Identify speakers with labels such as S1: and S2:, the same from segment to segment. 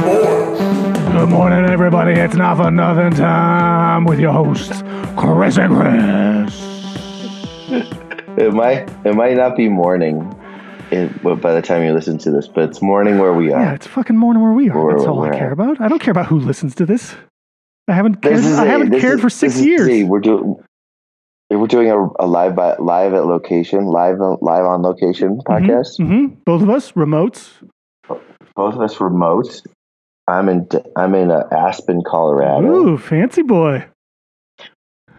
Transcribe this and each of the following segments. S1: Good morning, everybody. It's not for nothing time with your hosts, Chris and Chris.
S2: It might it might not be morning it, but by the time you listen to this, but it's morning where we
S1: Yeah,
S2: are.
S1: it's fucking morning where we are.
S2: Where
S1: That's all
S2: we're
S1: I
S2: at.
S1: care about. I don't care about who listens to this. I haven't cared.
S2: This is
S1: I
S2: it.
S1: haven't
S2: This
S1: cared
S2: is-
S1: for six
S2: this is
S1: years.
S2: it. We're doing we're doing a, a live by, live at location, live on- live on location podcast.
S1: hmm Both of us remotes.
S2: Both of us remote. I'm in I'm in uh, Aspen, Colorado.
S1: Ooh, fancy boy.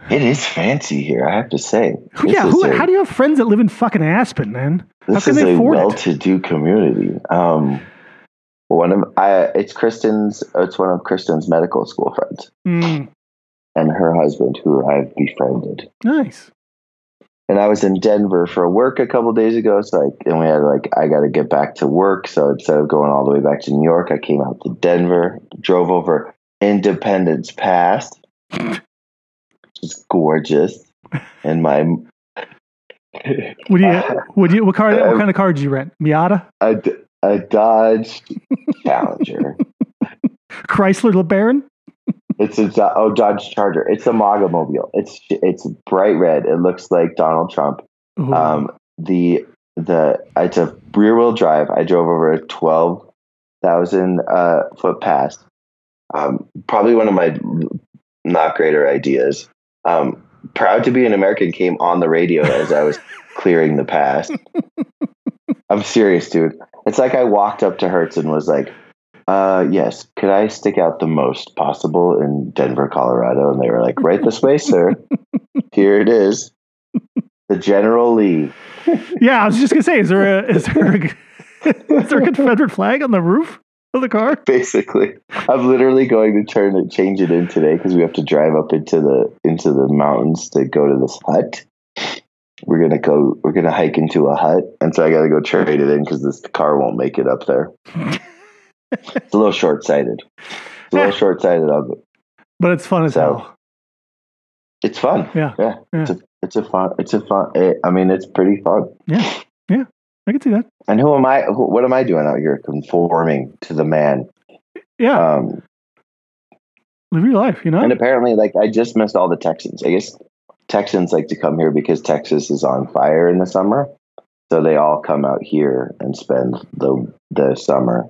S2: It is fancy here, I have to say.
S1: Who- yeah, who, how do you have friends that live in fucking Aspen, man?
S2: this
S1: can
S2: is
S1: they
S2: a
S1: afford it?
S2: well-to-do community. Um, one of I it's Kristen's. It's one of Kristen's medical school friends
S1: Mm,
S2: and her husband, who I've befriended.
S1: nice.
S2: and I was in Denver for work a couple days ago. So like, and we had like, I got to get back to work. So instead of going all the way back to New York, I came out to Denver, drove over Independence Pass, which is gorgeous. And my,
S1: What do you? What do you? What car?
S2: Um,
S1: What kind of car did you rent? Miata,
S2: a, a Dodge Challenger.
S1: Chrysler LeBaron.
S2: It's a Do- oh Dodge Charger. It's a MAGA mobile. It's it's bright red. It looks like Donald Trump.
S1: Ooh.
S2: Um, the the it's a rear wheel drive. I drove over a twelve thousand uh, foot pass. Um, probably one of my not greater ideas. Um, proud to be an American came on the radio as I was clearing the pass. I'm serious, dude. It's like I walked up to Hertz and was like, uh, "Yes, could I stick out the most possible in Denver, Colorado?" And they were like, "Right this way, sir. Here it is." The General Lee.
S1: Yeah, I was just gonna say, is there a is there a, is there a Confederate flag on the roof of the car?
S2: basically i'm literally going to turn it change it in today because we have to drive up into the into the mountains to go to this hut we're gonna go we're gonna hike into a hut and so i gotta go trade it in because this car won't make it up there it's a little short-sighted it's a little short-sighted of it
S1: But it's fun as
S2: So-
S1: hell.
S2: it's fun
S1: Yeah.
S2: yeah,
S1: Yeah.
S2: It's, a, it's a fun it's a fun eh, i mean it's pretty fun
S1: I can see that.
S2: and who am i who, what am i doing out here conforming to the man
S1: Yeah,
S2: um
S1: live your life. You know.
S2: And apparently, like I just missed all the Texans. I guess Texans like to come here because Texas is on fire in the summer, so they all come out here and spend the the summer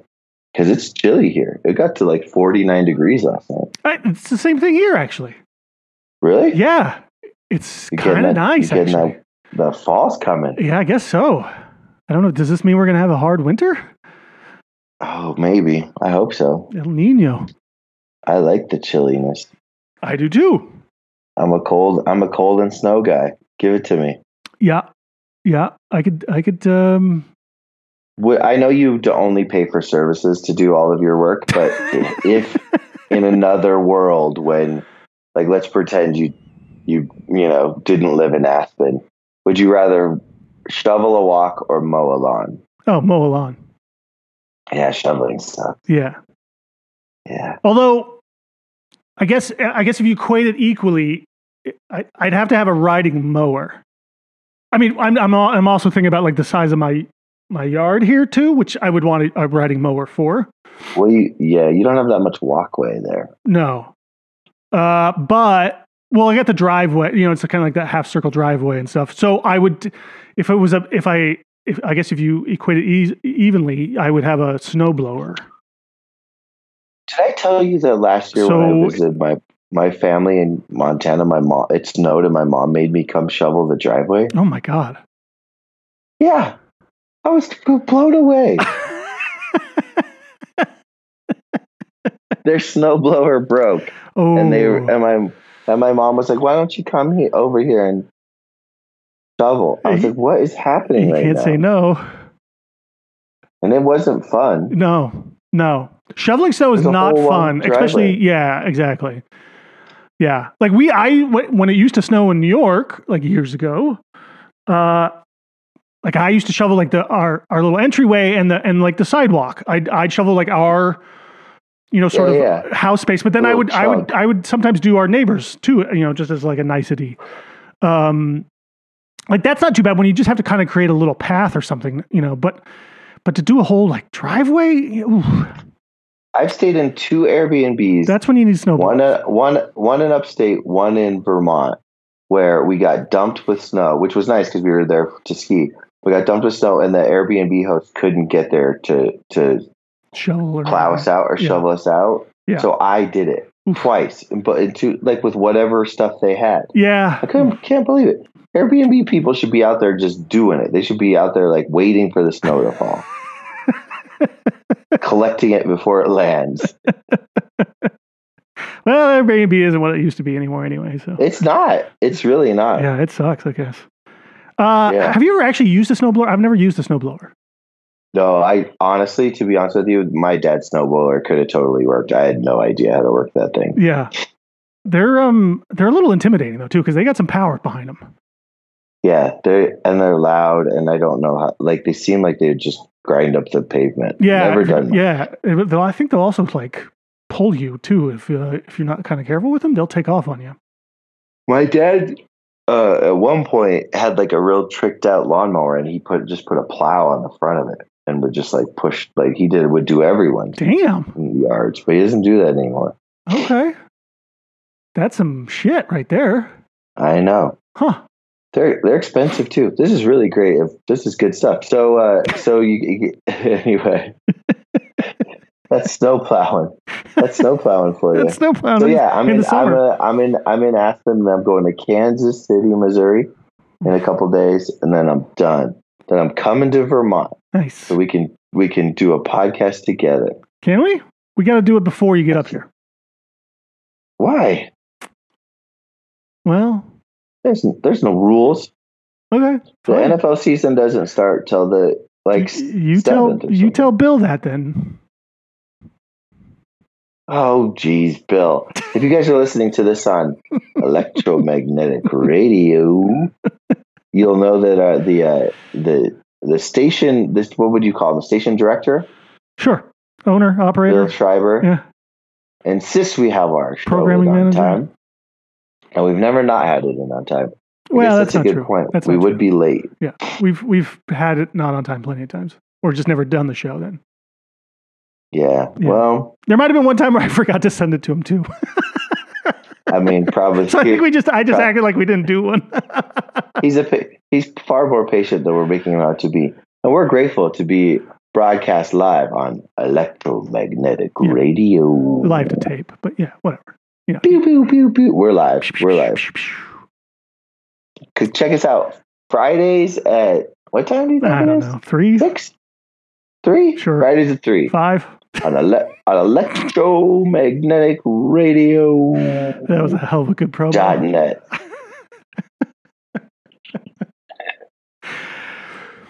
S2: because it's chilly here. It got to like forty nine degrees last night.
S1: I, it's the same thing here, actually.
S2: Really?
S1: Yeah, it's
S2: You getting
S1: kind of
S2: that-
S1: nice,
S2: you getting
S1: actually.
S2: The fall's coming.
S1: Yeah, I guess so. I don't know. Does this mean we're gonna have a hard winter?
S2: Oh, maybe. I hope so.
S1: El Nino.
S2: I like the chilliness.
S1: I do too.
S2: I'm a cold. I'm a cold and snow guy. Give it to me.
S1: Yeah, yeah. I could. I could. Um,
S2: Wh- I know you d- only pay for services to do all of your work, but if in another world when, like, let's pretend you, you, you know, didn't live in Aspen, would you rather shovel a walk or mow a lawn?
S1: oh, mow a lawn.
S2: Yeah, shoveling sucks.
S1: Yeah.
S2: Yeah,
S1: Although, I guess I guess if you equate it equally, I, I'd have to have a riding mower. I mean, I'm I'm al- I'm also thinking about like the size of my my yard here too, which I would want a, a riding mower for.
S2: well, you, yeah, you don't have that much walkway there.
S1: No, uh, but well, I got the driveway. You know, it's kind of like that half circle driveway and stuff. So I would, if it was a, if I, if I guess if you equate it e- evenly, I would have a snow blower.
S2: Did I tell you that last year when
S1: So-
S2: I visited my my family in Montana, my mom it snowed and my mom made me come shovel the driveway?
S1: Oh my god.
S2: Yeah, I was blown away. their snowblower broke,
S1: Oh,
S2: and they and my and my mom was like, "Why don't you come he, over here and shovel?" I was like, "What is happening
S1: you
S2: right
S1: can't
S2: now?"
S1: say no.
S2: And it wasn't fun.
S1: No, no. Shoveling snow is
S2: There's a
S1: not
S2: whole
S1: fun,
S2: long
S1: especially
S2: driveway.
S1: yeah, exactly. Yeah, like we, I wh- when it used to snow in New York like years ago, uh, like I used to shovel like the our our little entryway and the and like the sidewalk. I'd I'd shovel like our you know, sort
S2: Yeah,
S1: of house space. But then I
S2: Little
S1: would, I would,
S2: chunk.
S1: I would sometimes do our neighbors too, you know, just as like a nicety. Um, like that's not too bad when you just have to kind of create a little path or something, you know. But but to do a whole like driveway, ooh,
S2: I've stayed in two Airbnbs.
S1: that's when you need snowballs.
S2: one, uh, one, one in upstate, one in Vermont, where we got dumped with snow, which was nice because we were there to ski. We got dumped with snow, and the Airbnb host couldn't get there to to
S1: shovel or
S2: plow us out or
S1: Yeah.
S2: shovel us out.
S1: Yeah.
S2: So I did it
S1: Oof.
S2: twice, but in two, like with whatever stuff they had.
S1: Yeah,
S2: I couldn't, can't believe it. Airbnb people should be out there just doing it. They should be out there like waiting for the snow to fall, collecting it before it lands.
S1: well, Airbnb isn't what it used to be anymore, anyway. So
S2: It's not. It's really not.
S1: yeah, it sucks, I guess. Uh,
S2: Yeah.
S1: Have you ever actually used a snowblower? I've never used a snowblower.
S2: No, I honestly, to be honest with you, my dad's snowblower could have totally worked. I had no idea how to work that thing.
S1: Yeah, they're um they're a little intimidating though too because they got some power behind them.
S2: Yeah, they and they're loud, and I don't know how. Like they seem like they would just grind up the pavement.
S1: Yeah,
S2: never done. one.
S1: Yeah, It- though I think they'll also like pull you too if uh, if you're not kind of careful with them. They'll take off on you.
S2: My dad, uh, at one point, had like a real tricked out lawnmower, and he put just put a plow on the front of it, and would just like push like he did would do everyone
S1: Damn.
S2: in the yards, but he doesn't do that anymore.
S1: Okay. That's some shit right there.
S2: I know.
S1: Huh.
S2: They're they're expensive too. This is really great. This is good stuff. So uh, so you, you anyway. That's snow plowing. That's snow plowing for you.
S1: That's no plan.
S2: so yeah, I'm
S1: in
S2: in,
S1: the
S2: I'm,
S1: summer.
S2: a, I'm in I'm in Aspen, and I'm going to Kansas City, Missouri, in a couple days, and then I'm done. Then I'm coming to Vermont,
S1: nice.
S2: so we can we can do a podcast together.
S1: Can we? We got to do it before you get up here.
S2: Why?
S1: Well,
S2: There's there's no rules.
S1: okay.
S2: The
S1: fine.
S2: NFL season doesn't start till the like.
S1: Y- you tell
S2: seventh or
S1: you
S2: something.
S1: tell Bill that then.
S2: Oh, geez, Bill. If you guys are listening to this on electromagnetic radio, you'll know that uh, the uh, the the station this what would you call him? the station director
S1: Sure. Owner,
S2: Bill
S1: operator.
S2: Schreiber
S1: Yeah.
S2: insists we have our show
S1: Programming
S2: on
S1: manager.
S2: time, and we've never not had it in on time. I
S1: Well,
S2: guess
S1: that's,
S2: a
S1: not
S2: good
S1: true.
S2: point.
S1: That's
S2: we
S1: not
S2: would
S1: true.
S2: be late.
S1: We've we've had it not on time plenty of times, or just never done the show. Then
S2: Yeah.
S1: Yeah.
S2: Well,
S1: there might have been one time where I forgot to send it to him too.
S2: I mean, probably
S1: So I think we just I just
S2: Right.
S1: acted like we didn't do one.
S2: he's a pa- he's far more patient than we're making him out to be, and we're grateful to be broadcast live on electromagnetic
S1: Yeah.
S2: radio.
S1: Live to tape, but yeah, whatever.
S2: Pew, pew, pew, pew. We're live. We're live. Could check us out Fridays at what time do you think
S1: I
S2: it
S1: don't
S2: is?
S1: know. Three,
S2: Six, three.
S1: Sure.
S2: Fridays at three
S1: five.
S2: on ele- on electromagnetic radio.
S1: That was a hell of a good promo.
S2: dot net.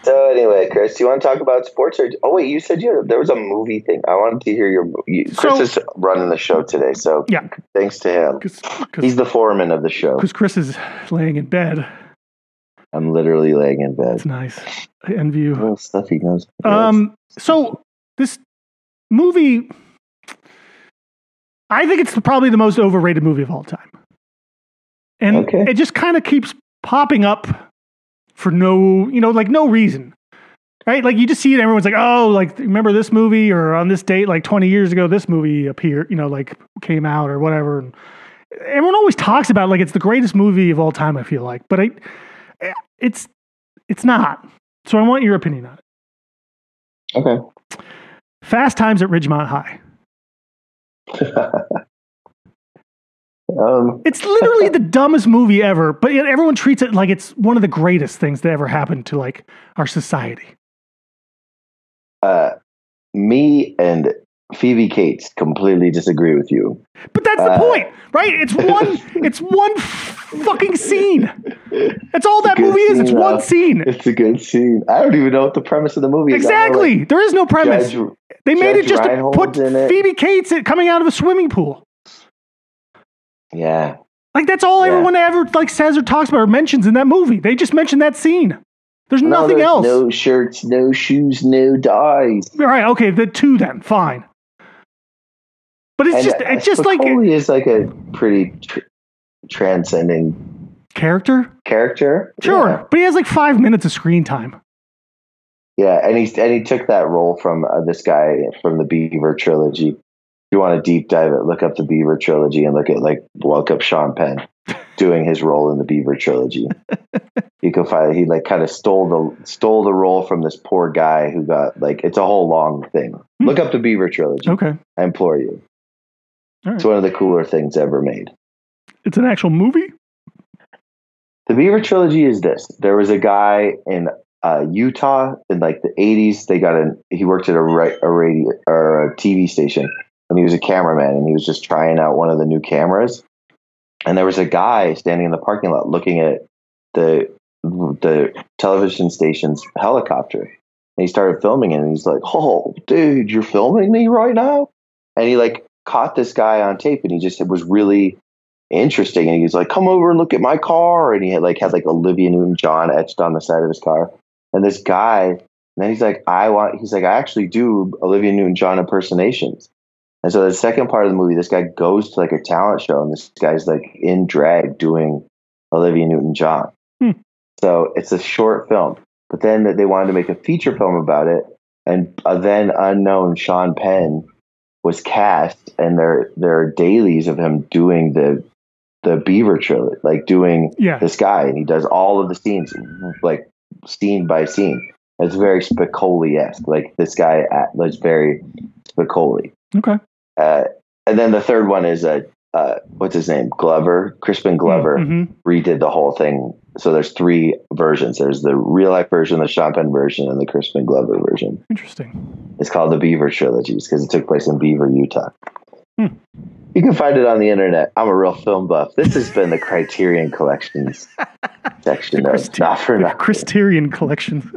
S2: so anyway, Chris, do you want to talk about sports or? Oh wait, you said you there was a movie thing. I wanted to hear your. You, Chris
S1: So-
S2: is running the show today, so
S1: Yeah.
S2: thanks to him. He's
S1: Because
S2: the foreman of the show.
S1: Chris is laying in bed.
S2: I'm literally laying in bed.
S1: That's nice. I envy you.
S2: Little stuff he knows.
S1: Um, so this movie, I think it's probably the most overrated movie of all time, and
S2: Okay.
S1: it just kind of keeps popping up for no, you know, like no reason, right? Like you just see it, everyone's like, "Oh, like remember this movie?" Or on this date, like twenty years ago, this movie appeared, you know, like came out or whatever. And everyone always talks about it like it's the greatest movie of all time. I feel like, but I, eh, it's it's not. So I want your opinion on it.
S2: okay.
S1: Fast Times at Ridgemont High.
S2: Um,
S1: It's literally the dumbest movie ever, but yet everyone treats it like it's one of the greatest things that ever happened to like our society.
S2: uh, me and Phoebe Cates completely disagree with you.
S1: But that's the
S2: Uh.
S1: point, right? It's one it's one fucking scene. That's all that
S2: Good
S1: movie is. It's
S2: scene,
S1: one
S2: though.
S1: scene.
S2: It's a good scene. I don't even know what the premise of the movie is.
S1: Exactly. There is no
S2: I know, like,
S1: premise.
S2: Judge-
S1: They made it
S2: Judge
S1: just to
S2: Reinhold's
S1: put
S2: in it.
S1: Phoebe Cates in- coming out of a swimming pool.
S2: yeah.
S1: Like that's all
S2: Yeah.
S1: everyone ever like says or talks about or mentions in that movie. They just mention that scene. There's nothing
S2: there's
S1: else.
S2: No shirts, no shoes, no dyes.
S1: All right, okay, the two then, fine. But it's
S2: And uh,
S1: just it's just like
S2: Spicoli is like a pretty tr- transcending
S1: character.
S2: character.
S1: Sure, but he has like five minutes of screen time.
S2: Yeah, yeah. and he and he took that role from uh, this guy from the Beaver trilogy. If you want to deep dive it, look up the Beaver trilogy and look at like welcome Sean Penn doing his role in the Beaver trilogy. he could find he like kind of stole the stole the role from this poor guy who got like it's a whole long thing.
S1: Hmm.
S2: Look up the Beaver trilogy.
S1: Okay,
S2: I implore you.
S1: All right.
S2: It's one of the cooler things ever made.
S1: it's an actual movie.
S2: The Beaver trilogy is this. There was a guy in uh, Utah in like the 80s. They got an he worked at a, ra- a radio or a TV station, and he was a cameraman, and he was just trying out one of the new cameras. And there was a guy standing in the parking lot looking at the the television station's helicopter, and he started filming it. And he's like, "Oh, dude, you're filming me right now!" And he like caught this guy on tape, and he just was really interesting. And he was like, come over and look at my car. And he had like had like Olivia Newton John etched on the side of his car. And this guy, and then he's like, I want he's like, I actually do Olivia Newton John impersonations. And so the second part of the movie, this guy goes to like a talent show and this guy's like in drag doing Olivia Newton John.
S1: Hmm.
S2: So it's a short film. But then they wanted to make a feature film about it. And a then unknown Sean Penn was cast, and there there are dailies of him doing the the Beaver trilogy, like doing
S1: Yeah,
S2: this guy, and he does all of the scenes, like scene by scene. It's very Spicoli esque. Like this guy at, was very Spicoli.
S1: okay.
S2: Uh, and then the third one is a uh, what's his name? Glover, Crispin Glover
S1: Mhm.
S2: redid the whole thing. So there's three versions. There's the real life version, the Sean Penn version, and the Crispin Glover version.
S1: Interesting.
S2: It's called the Beaver Trilogies because it took place in Beaver, Utah.
S1: Hmm.
S2: You can find it on the internet. I'm a real film buff. This has been the Criterion Collections section of
S1: Christi-
S2: Not for
S1: The
S2: Nothing.
S1: Chris Tyrion collection.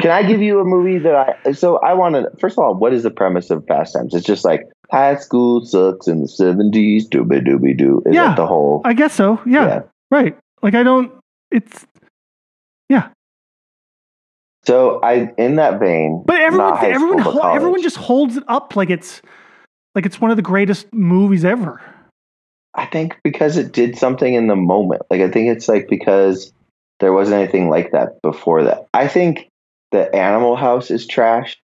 S2: Can I give you a movie that I? So I want to. First of all, what is the premise of Fast Times? It's just like high school sucks in the '70s. Doobie doobie doo. Is
S1: Yeah.
S2: that the whole?
S1: I guess so. Yeah, right. Like I don't. It's
S2: So I, in that vein,
S1: but everyone
S2: not high
S1: everyone
S2: school, but
S1: hol- everyone
S2: college.
S1: just holds it up like it's like it's one of the greatest movies ever.
S2: I think because it did something in the moment. Like I think it's like because there wasn't anything like that before that. I think that Animal House is trash,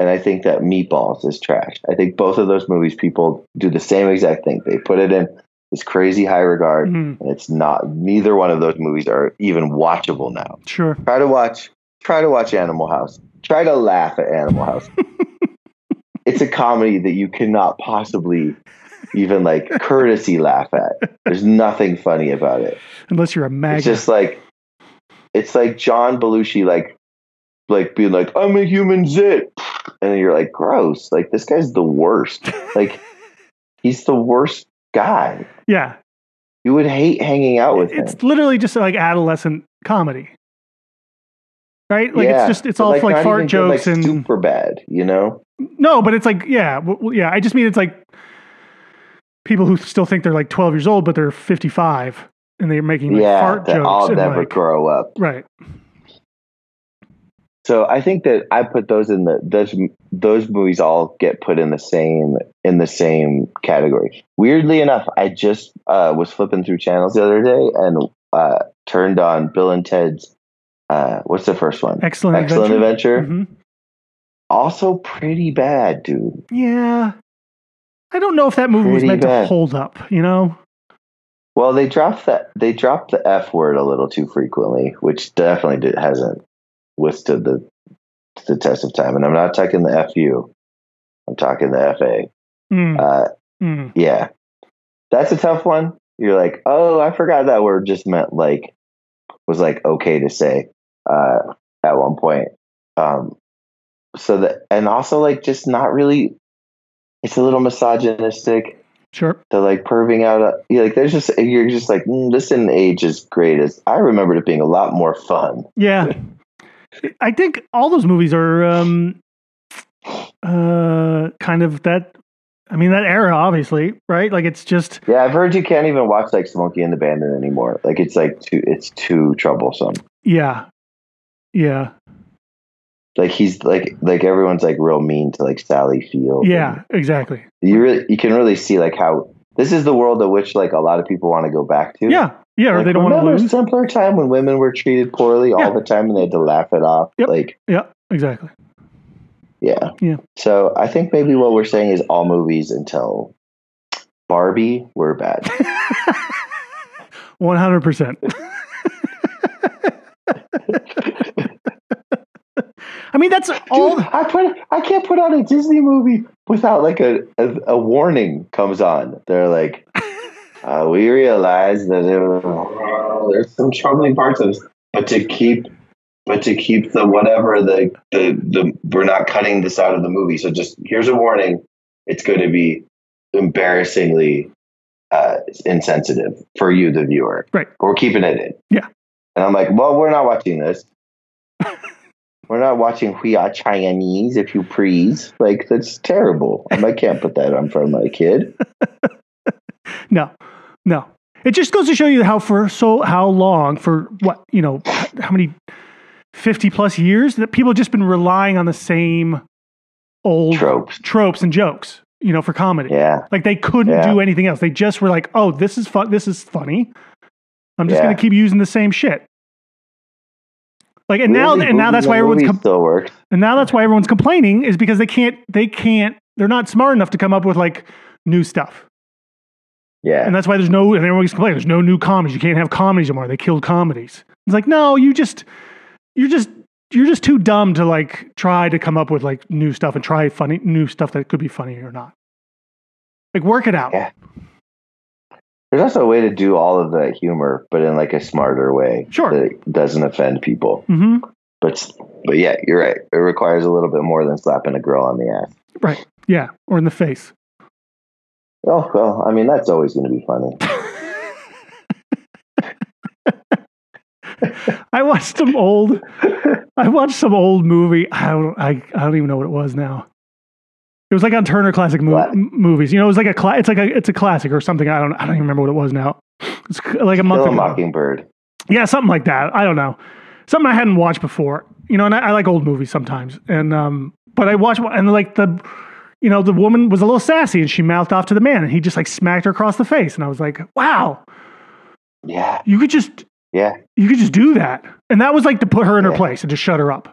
S2: and I think that Meatballs is trash. I think both of those movies people do the same exact thing. They put it in this crazy high regard,
S1: Mhm.
S2: and it's not. Neither one of those movies are even watchable now.
S1: Sure.
S2: Try to watch. Try to watch Animal House. Try to laugh at Animal House. it's a comedy that you cannot possibly even like courtesy laugh at. There's nothing funny about it.
S1: Unless you're a
S2: It's
S1: maggot.
S2: just like it's like John Belushi like like being like I'm a human zit, and then you're like gross. Like this guy's the worst. Like he's the worst guy.
S1: yeah.
S2: You would hate hanging out with him.
S1: It's literally just like adolescent comedy. Right? Like
S2: Yeah,
S1: it's just it's
S2: but,
S1: all like,
S2: not
S1: fart
S2: even good, like,
S1: jokes and
S2: super bad. You know.
S1: No, but it's like yeah, w- w- yeah, I just mean it's like people who still think they're like 12 years old but they're 55 and they're making like
S2: yeah,
S1: fart
S2: that
S1: jokes
S2: I'll
S1: and
S2: never
S1: like,
S2: grow up.
S1: right.
S2: So I think that I put those in the those those movies all get put in the same in the same category. Weirdly enough, I just uh, was flipping through channels the other day and uh, turned on Bill and Ted's. Uh, what's the first one?
S1: Excellent,
S2: Excellent
S1: adventure.
S2: Adventure.
S1: Mhm.
S2: Also pretty bad, dude.
S1: Mm-hmm. Yeah. I don't know if that movie was
S2: Pretty
S1: meant to
S2: bad.
S1: hold up, you know?
S2: Well, they dropped that they dropped the F word a little too frequently, which definitely did, hasn't withstood the the test of time. And I'm not talking the FU. I'm talking the FA.
S1: Mm,
S2: Uh,
S1: mm.
S2: yeah, that's a tough one. You're like, oh, I forgot that word just meant like was like okay to say uh, at one point. Um, so that and also like just not really. It's a little misogynistic.
S1: Sure.
S2: They're like perving out. uh, You're like there's just you're just like mm, this didn't age as great as I remembered it being a lot more fun.
S1: Yeah. I think all those movies are um uh kind of that I mean that era obviously, right? Like it's just
S2: Yeah, I've heard you can't even watch like Smokey and the Bandit anymore. Like it's like too it's too troublesome.
S1: yeah. Yeah.
S2: like he's like like everyone's like real mean to like Sally Field.
S1: Yeah, exactly.
S2: And you really you can really see like how this is the world of which like a lot of people want to go back to.
S1: Yeah, yeah. Or
S2: Like,
S1: they don't want to
S2: remember
S1: lose.
S2: a simpler time when women were treated poorly
S1: Yeah.
S2: all the time and they had to laugh it off.
S1: Yep.
S2: Like
S1: Yeah, exactly.
S2: yeah.
S1: Yeah.
S2: So I think maybe what we're saying is all movies until Barbie were bad.
S1: One hundred percent. I mean, that's all.
S2: Dude, I put I can't put on a Disney movie without like a a, a warning comes on. They're like, uh, we realize that it, there's some troubling parts of this, but to keep but to keep the whatever the, the the we're not cutting this out of the movie. So just here's a warning: it's going to be embarrassingly uh, insensitive for you, the viewer.
S1: Right.
S2: But we're keeping it in.
S1: Yeah.
S2: And I'm like, well, we're not watching this. We're not watching We Are Chinese, if you please. Like, that's terrible. Um, I can't put that on for my kid.
S1: No, no. It just goes to show you how for so how long for what you know how many fifty plus years that people have just been relying on the same old
S2: Tropes.
S1: tropes and jokes, you know, for comedy.
S2: Yeah.
S1: Like they couldn't
S2: Yeah.
S1: do anything else. They just were like, "Oh, this is fun. This is funny. I'm just
S2: Yeah.
S1: going to keep using the same shit." Like and now
S2: Really,
S1: and now
S2: movies
S1: that's why
S2: and
S1: everyone's
S2: movies
S1: com-
S2: still works.
S1: and now that's why everyone's complaining is because they can't they can't they're not smart enough to come up with like new stuff.
S2: Yeah.
S1: And that's why there's no, and everyone's complaining, there's no new comedies. You can't have comedies anymore. They killed comedies. It's like, no, you just, you're just, you're just too dumb to like try to come up with like new stuff and try funny, new stuff that could be funny or not. Like work it out.
S2: Yeah. There's also a way to do all of that humor, but in like a smarter way
S1: Sure.
S2: that doesn't offend people.
S1: hmm
S2: But but yeah, you're right. It requires a little bit more than slapping a girl on the ass.
S1: Right. Yeah. Or in the face.
S2: Oh well, I mean that's always going to be funny.
S1: I watched some old, I watched some old movie. I don't, I, I don't even know what it was now. It was like on Turner Classic mo-
S2: What?
S1: m- movies. You know, it was like a, cla- it's like a, it's a classic or something. I don't, I don't even remember what it was now. It's c- like a month
S2: Kill a
S1: ago.
S2: mockingbird.
S1: Yeah, something like that. I don't know. Something I hadn't watched before. You know, and I, I like old movies sometimes. And um, but I watched one- and like the, you know, the woman was a little sassy and she mouthed off to the man and he just like smacked her across the face and I was like, wow,
S2: Yeah,
S1: you could just
S2: yeah,
S1: you could just do that. And that was like to put her in her
S2: Yeah.
S1: place and just shut her up.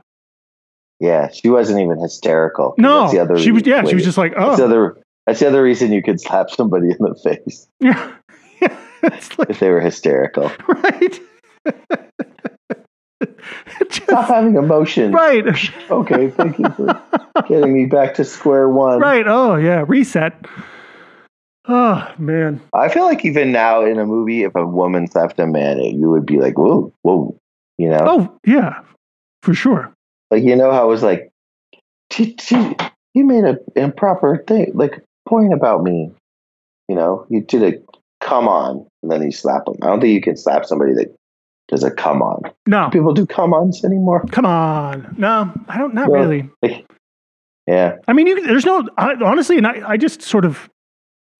S2: yeah. She wasn't even hysterical.
S1: No,
S2: That's the other
S1: she was yeah, she
S2: way.
S1: was just like
S2: That's the
S1: oh
S2: other. That's the other reason you could slap somebody in the face
S1: yeah. it's like
S2: if they were hysterical.
S1: right. Just-
S2: Stop having emotion.
S1: right,
S2: Okay, thank you for getting me back to square one.
S1: right. Oh yeah, reset. Oh man.
S2: I feel like even now in a movie, if a woman slapped a man, you would be like, "Whoa, whoa," you know,
S1: Oh yeah, for sure.
S2: like you know how it was like, "She- she- "You made an improper thing, like point about me," you know, you did a come on, and then you slap them. I don't think you can slap somebody that does a come on.
S1: No,
S2: People do come ons anymore.
S1: come on. No, I don't. Not
S2: Well-
S1: really.
S2: Yeah,
S1: I mean, you, there's no. I, honestly, and I, I just sort of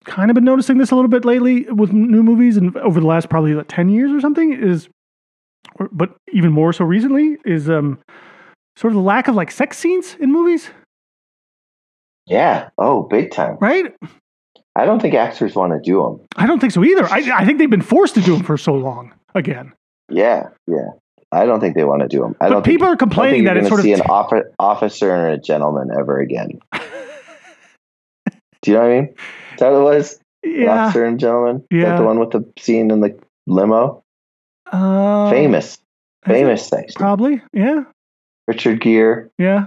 S1: kind of been noticing this a little bit lately with new movies and over the last probably like ten years or something is, or, but even more so recently is um sort of the lack of like sex scenes in movies,
S2: yeah. Oh, big time.
S1: right?
S2: I don't think actors want to do them.
S1: I don't think so either. I I think they've been forced to do them for so long again.
S2: Yeah, yeah. I don't think they want to do them. I
S1: But
S2: don't think
S1: people are
S2: I don't
S1: complaining
S2: think
S1: that
S2: you're
S1: it's
S2: going
S1: sort
S2: to
S1: of
S2: see an offi- officer and a gentleman ever again. Do you know what I mean? Is that what it was? An
S1: yeah.
S2: Officer and gentleman. Is that
S1: Yeah.
S2: the one with the scene in the limo.
S1: Uh,
S2: famous,
S1: is it?
S2: famous sex. scene.
S1: Probably. Yeah.
S2: Richard Gere.
S1: Yeah.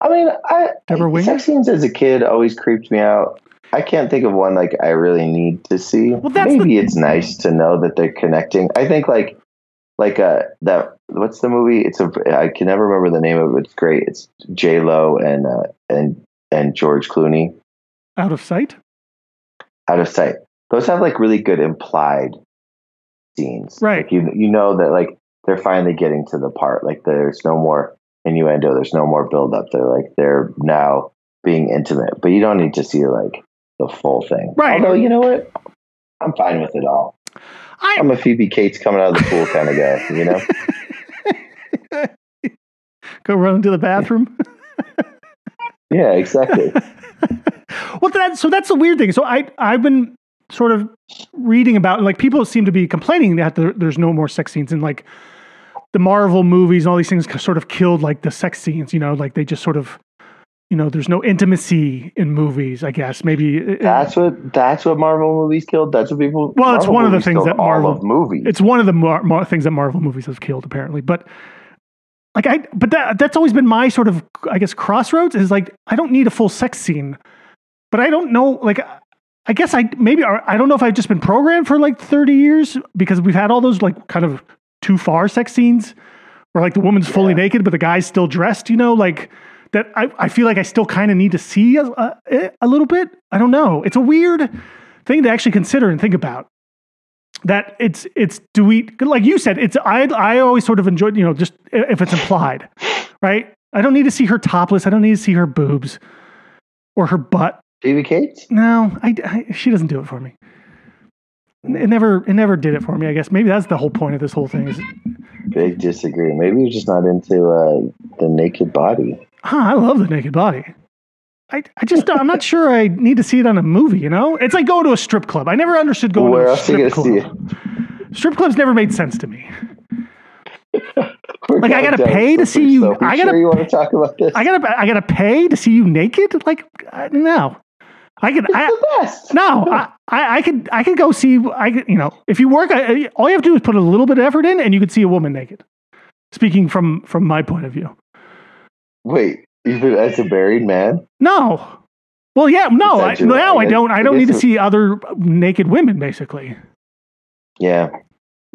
S2: I mean, I
S1: Deborah Winger?
S2: sex scenes as a kid always creeped me out. I can't think of one like I really need to see.
S1: Well, that's
S2: Maybe it's nice to know that they're connecting. I think like like uh that what's the movie? It's a I can never remember the name of it. It's great. It's J Lo and uh, and and George Clooney.
S1: Out of sight.
S2: out of sight. Those have like really good implied scenes.
S1: Right.
S2: Like you you know that like they're finally getting to the part. Like there's no more innuendo, there's no more build up. They're like they're now being intimate. But you don't need to see like the full thing.
S1: Right.
S2: Although you know what? I'm fine with it all.
S1: I
S2: I'm a Phoebe Cates coming out of the pool kind of guy, you know?
S1: go run to the bathroom.
S2: Yeah, exactly.
S1: well, that, so that's the weird thing. So I I've been sort of reading about and like people seem to be complaining that there, there's no more sex scenes and like the Marvel movies and all these things sort of killed like the sex scenes. You know, like they just sort of you know there's no intimacy in movies. I guess maybe uh, it-
S2: that's what that's what Marvel movies killed. That's what people.
S1: Well, it's
S2: Marvel
S1: one of the
S2: movies
S1: things
S2: killed
S1: that
S2: all
S1: Marvel-
S2: of movies.
S1: it's one of the mar- mar- things that Marvel movies have killed apparently. But like I, but that that's always been my sort of I guess crossroads is like I don't need a full sex scene, but I don't know like. I guess I maybe or I don't know if I've just been programmed for like 30 years because we've had all those like kind of too far sex scenes where like the woman's fully
S2: Yeah.
S1: naked but the guy's still dressed, you know, like that I, I feel like I still kind of need to see a, a, a little bit. I don't know. It's a weird thing to actually consider and think about that it's it's do we like you said it's I I always sort of enjoyed you know just i- if it's implied, right? I don't need to see her topless. I don't need to see her boobs or her butt.
S2: Phoebe Cates.
S1: No, I, I- she doesn't do it for me. N- It never it never did it for me. I guess maybe that's the whole point of this whole thing. Is
S2: Big disagree. Maybe you're just not into uh, the naked body.
S1: huh, I love the naked body. I, I just I'm not sure I need to see it on a movie. You know, it's like going to a strip club. I never understood going
S2: Where
S1: to a
S2: else are you
S1: strip
S2: gonna see it?
S1: club. Strip clubs never made sense to me.
S2: We're
S1: Like, I
S2: going
S1: gotta
S2: down
S1: pay to see
S2: slippery
S1: you-
S2: slope. Are
S1: I gotta
S2: Sure you want to talk about this?
S1: I gotta I gotta pay to see you naked. Like I- no, I can I,
S2: the best.
S1: no I, I I could I could go see I could you know if you work I, I- all you have to do is put a little bit of effort in and you could see a woman naked. Speaking from from my point of view,
S2: Wait, even as a married man,
S1: no. Well, yeah, no, I,
S2: Essentially,
S1: now I
S2: it-
S1: don't. I
S2: it
S1: don't need to
S2: is a-
S1: see other uh, naked women, basically.
S2: yeah,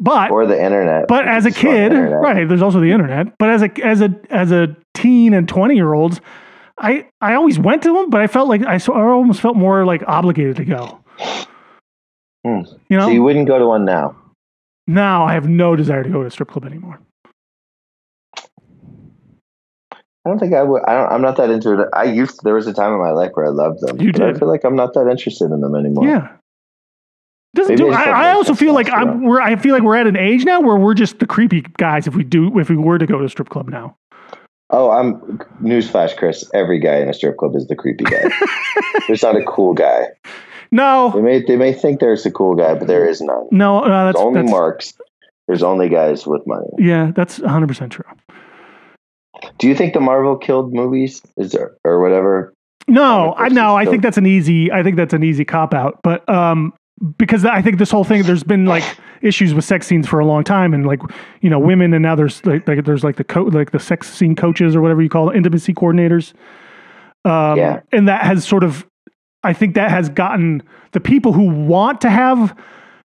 S1: But
S2: or the internet.
S1: but
S2: You
S1: as a
S2: can just go on
S1: kid,
S2: the internet.
S1: right? There's also the internet. But as a as a as a teen and twenty year olds, I I always went to them, but I felt like I, so, I almost felt more like obligated to go.
S2: Hmm.
S1: You know,
S2: So you wouldn't go to one now.
S1: now I have no desire to go to a strip club anymore.
S2: I don't think I would. I don't, I'm not that into it. I used there was a time in my life where I loved them.
S1: You
S2: but I
S1: did.
S2: feel like I'm not that interested in them anymore.
S1: yeah, doesn't do.
S2: Maybe I just don't
S1: I, I
S2: like
S1: also feel like I'm.
S2: testosterone.
S1: We're. I feel like we're at an age now where we're just the creepy guys. If we do, if we were to go to a strip club now,
S2: Oh, I'm newsflash, Chris. Every guy in a strip club is the creepy guy. There's not a cool guy. They
S1: no,
S2: may they may think there's a cool guy, but there is none.
S1: no, no
S2: There's
S1: that's
S2: only
S1: that's
S2: marks. There's only guys with money.
S1: yeah, that's 100 percent true.
S2: Do you think the Marvel killed movies? Is there or whatever?
S1: No,
S2: Comic
S1: I
S2: versus
S1: no, I
S2: film.
S1: think that's an easy. I think that's an easy cop out. But um, because I think this whole thing, there's been like issues with sex scenes for a long time, and like you know, women, and now there's like, like there's like the co- like the sex scene coaches or whatever you call it, intimacy coordinators. Um,
S2: Yeah.
S1: and that has sort of, I think that has gotten the people who want to have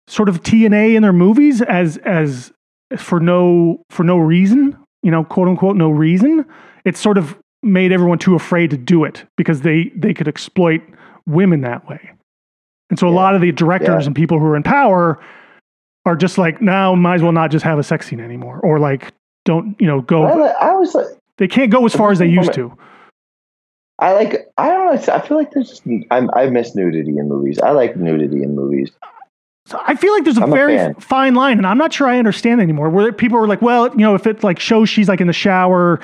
S1: sort of TNA in their movies as as for no for no reason, you know, quote unquote no reason. It's sort of made everyone too afraid to do it because they they could exploit women that way. And so a
S2: Yeah.
S1: lot of the directors
S2: Yeah.
S1: and people who are in power are just like, now might as well not just have a sex scene anymore, or like don't you know go.
S2: I, li- I was like,
S1: they can't go as far as they used to.
S2: I like. I don't know. I feel like there's. Just, I'm, I miss nudity in movies. I like nudity in movies.
S1: So I feel like there's a
S2: I'm a
S1: very
S2: fan.
S1: fine line, and I'm not sure I understand anymore. Where people are like, well, you know, if it like shows she's like in the shower,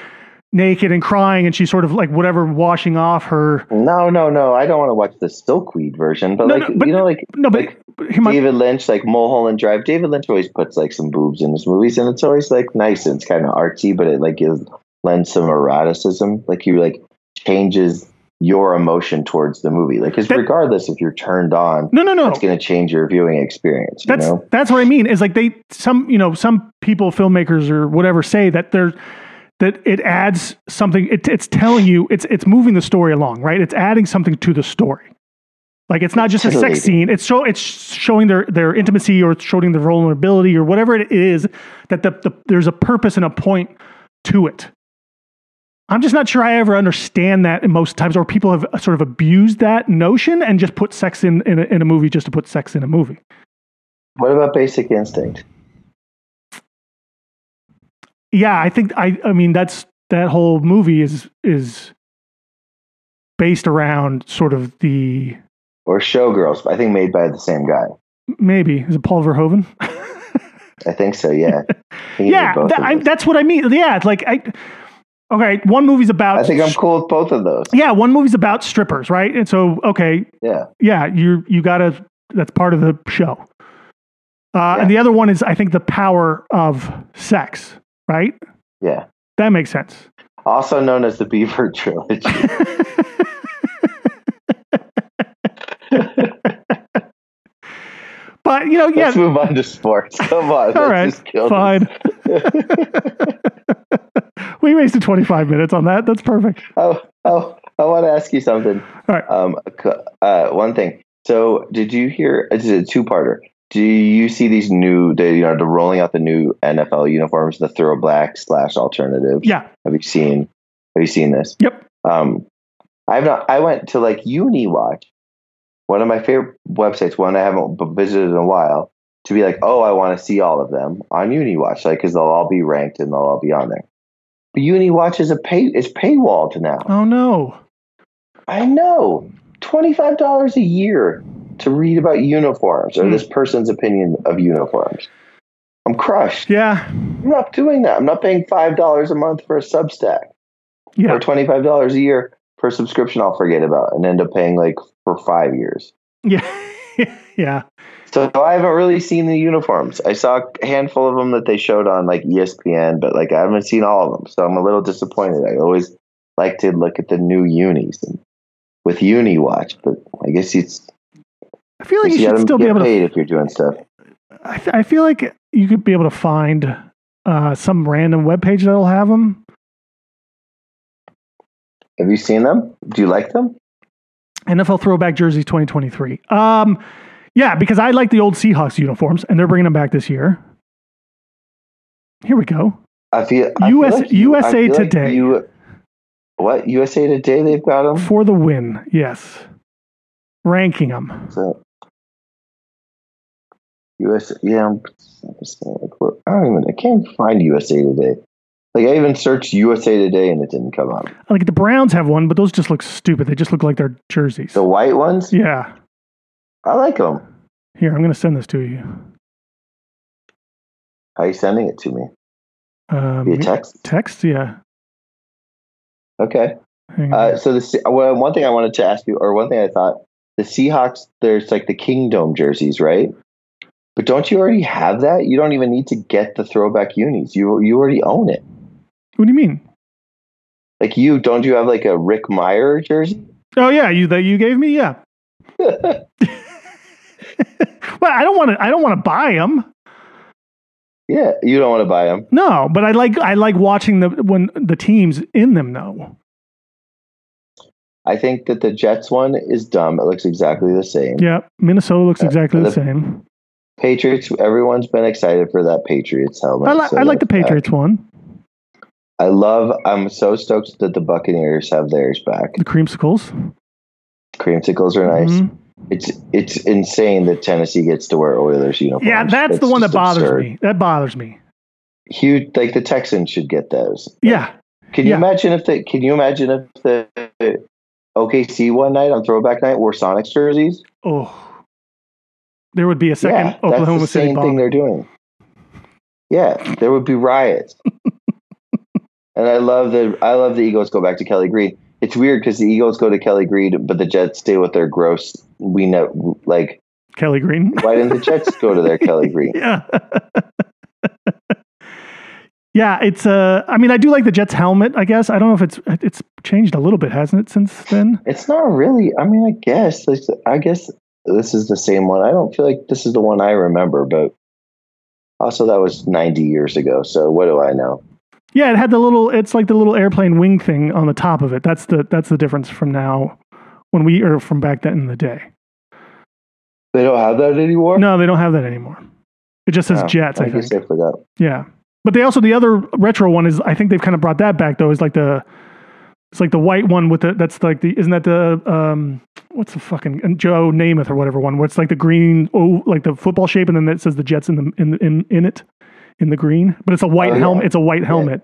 S1: naked and crying, and she's sort of like whatever washing off her.
S2: No, no, no. I don't want to watch the Silkweed version, but
S1: No,
S2: like
S1: no, but-
S2: you know, like
S1: No, but,
S2: Like,
S1: but here my-
S2: David Lynch, like Mulholland Drive. David Lynch always puts like some boobs in his movies, and it's always like nice and it's kind of artsy, but it like gives lends some eroticism. Like he like changes your emotion towards the movie. Like, 'cause
S1: That-
S2: regardless if you're turned on,
S1: no, no, no.
S2: it's going to change your viewing experience. You
S1: That's
S2: know,
S1: that's what I mean. Is like they some you know some people filmmakers or whatever say that they're that it adds something. It, it's telling you it's it's moving the story along, right? It's adding something to the story. Like it's not just a sex
S2: Titillating.
S1: scene. It's show it's showing their their intimacy or it's showing their vulnerability or whatever it is that the, the there's a purpose and a point to it. I'm just not sure I ever understand that in most times, or people have sort of abused that notion and just put sex in in a, in a movie just to put sex in a movie.
S2: what about Basic Instinct?
S1: yeah i think i i mean that's that whole movie is is based around sort of the
S2: Or Showgirls, I think made by the same guy.
S1: maybe is it paul verhoeven
S2: I think so, yeah. I think he made
S1: yeah
S2: both
S1: that,
S2: of
S1: I,
S2: those.
S1: that's what i mean yeah it's like i Okay, one movie's about.
S2: I think I'm cool with both of those.
S1: Yeah, one movie's about strippers, right? And so, okay,
S2: Yeah.
S1: yeah, you you gotta. That's part of the show. Uh,
S2: Yeah.
S1: And the other one is, I think, the power of sex. Right?
S2: Yeah.
S1: That makes sense.
S2: Also known as the Beaver trilogy.
S1: but you know, yeah,
S2: Let's move on to sports. Come on.
S1: All
S2: let's
S1: right,
S2: just kill this.
S1: fine. we wasted 25 minutes on that. That's perfect.
S2: Oh, oh, I want to ask you something.
S1: All right.
S2: Um, uh, one thing. So, did you hear? It's a two-parter. Do you see these new? They, you know, they're rolling out the new NFL uniforms, the throw black slash alternatives.
S1: Yeah.
S2: Have you seen? Have you seen this?
S1: Yep.
S2: Um, I've not. I went to like UniWatch, one of my favorite websites, one I haven't b- visited in a while, to be like, oh, I want to see all of them on UniWatch, like because they'll all be ranked and they'll all be on there. But UniWatch is a pay. It's paywalled now.
S1: Oh no.
S2: I know. Twenty-five dollars a year to read about uniforms or
S1: Hmm.
S2: this person's opinion of uniforms. I'm crushed.
S1: Yeah.
S2: I'm not doing that. I'm not paying five dollars a month for a Substack
S1: Yeah.
S2: or twenty-five dollars a year for a subscription. I'll forget about and end up paying like for five years.
S1: Yeah. yeah.
S2: So I haven't really seen the uniforms. I saw a handful of them that they showed on like E ESPN, but like I haven't seen all of them. So I'm a little disappointed. I always like to look at the new unis and with UniWatch, but I guess it's
S1: I feel like you
S2: gotta
S1: should still be
S2: get
S1: able to.
S2: paid if you're doing stuff.
S1: I, th- I feel like you could be able to find uh, some random webpage that'll have them.
S2: Have you seen them? Do you like them?
S1: NFL Throwback Jerseys 2023. Um, yeah, because I like the old Seahawks uniforms, and they're bringing them back this year. Here we go.
S2: I feel I
S1: US
S2: feel like you- I
S1: USA
S2: feel like
S1: Today.
S2: you- what USA Today? They've got them.
S1: For the win, yes. Ranking them.
S2: So USA, yeah. I'm, I'm just gonna look for- I don't even. I can't find USA Today. Like I even searched USA Today and it didn't come up.
S1: Like the Browns have one, but those just look stupid. They just look like their jerseys.
S2: The white ones,
S1: Yeah.
S2: I like them.
S1: Here, I'm going to send this to you.
S2: How are you sending it to me?
S1: Um,
S2: Via text?
S1: text? Yeah.
S2: Okay.
S1: Hang on.
S2: Uh, so the Se- well, one thing I wanted to ask you, or one thing I thought, the Seahawks, there's like the Kingdom jerseys, right? But don't you already have that? You don't even need to get the throwback unis. You you already own it.
S1: what do you mean?
S2: Like you don't you have like a Rick Meyer jersey?
S1: Oh yeah, you that you gave me, yeah. well, I don't want to. I don't want to buy them.
S2: Yeah, you don't want to buy them.
S1: No, but I like. I like watching the when the teams in them though.
S2: I think that the Jets one is dumb. It looks exactly the same.
S1: Yeah, Minnesota looks
S2: Uh,
S1: exactly the
S2: the-
S1: same.
S2: Patriots. Everyone's been excited for that Patriots helmet.
S1: I, li-
S2: so
S1: I like the
S2: that's back.
S1: Patriots one,
S2: I love. I'm so stoked that the Buccaneers have theirs back.
S1: the creamsicles.
S2: Creamsicles are nice.
S1: Mhm.
S2: It's it's insane that Tennessee gets to wear Oilers uniforms.
S1: Yeah, that's, the one that
S2: just
S1: bothers
S2: absurd.
S1: me. That bothers me.
S2: Huge, like the Texans should get those.
S1: Yeah,
S2: Can you
S1: Yeah.
S2: imagine if the Can you imagine if the OKC one night on Throwback Night wore Sonics jerseys?
S1: Oh, there would be a second
S2: yeah,
S1: Oklahoma
S2: that's the
S1: City
S2: same
S1: bomb.
S2: thing they're doing. Yeah, there would be riots. and I love the I love the Eagles go back to Kelly Green. It's weird because the Eagles go to Kelly Green, but the Jets stay with their gross. We know, like,
S1: Kelly Green.
S2: why didn't the Jets go to their Kelly Green?
S1: yeah. yeah, it's uh I mean I do like the Jets helmet, I guess. I don't know if it's it's changed a little bit, hasn't it, since then?
S2: It's not really. I mean, I guess. it's- I guess this is the same one. I don't feel like this is the one I remember, but also that was 90 years ago. So what do I know?
S1: Yeah, it had the little it's like the little airplane wing thing on the top of it. That's the that's the difference from now when we or from back then in the day.
S2: They don't have that anymore.
S1: No, they don't have that anymore. It just says
S2: Oh,
S1: Jets, I
S2: guess
S1: think.
S2: I forgot.
S1: Yeah. But they also the other retro one is I think they've kind of brought that back though, is like the it's like the white one with the that's like the isn't that the um what's the fucking and Joe Namath or whatever one where it's like the green oh like the football shape and then it says the Jets in the in in, in it in the green but it's a white
S2: Oh, yeah.
S1: helmet it's a white helmet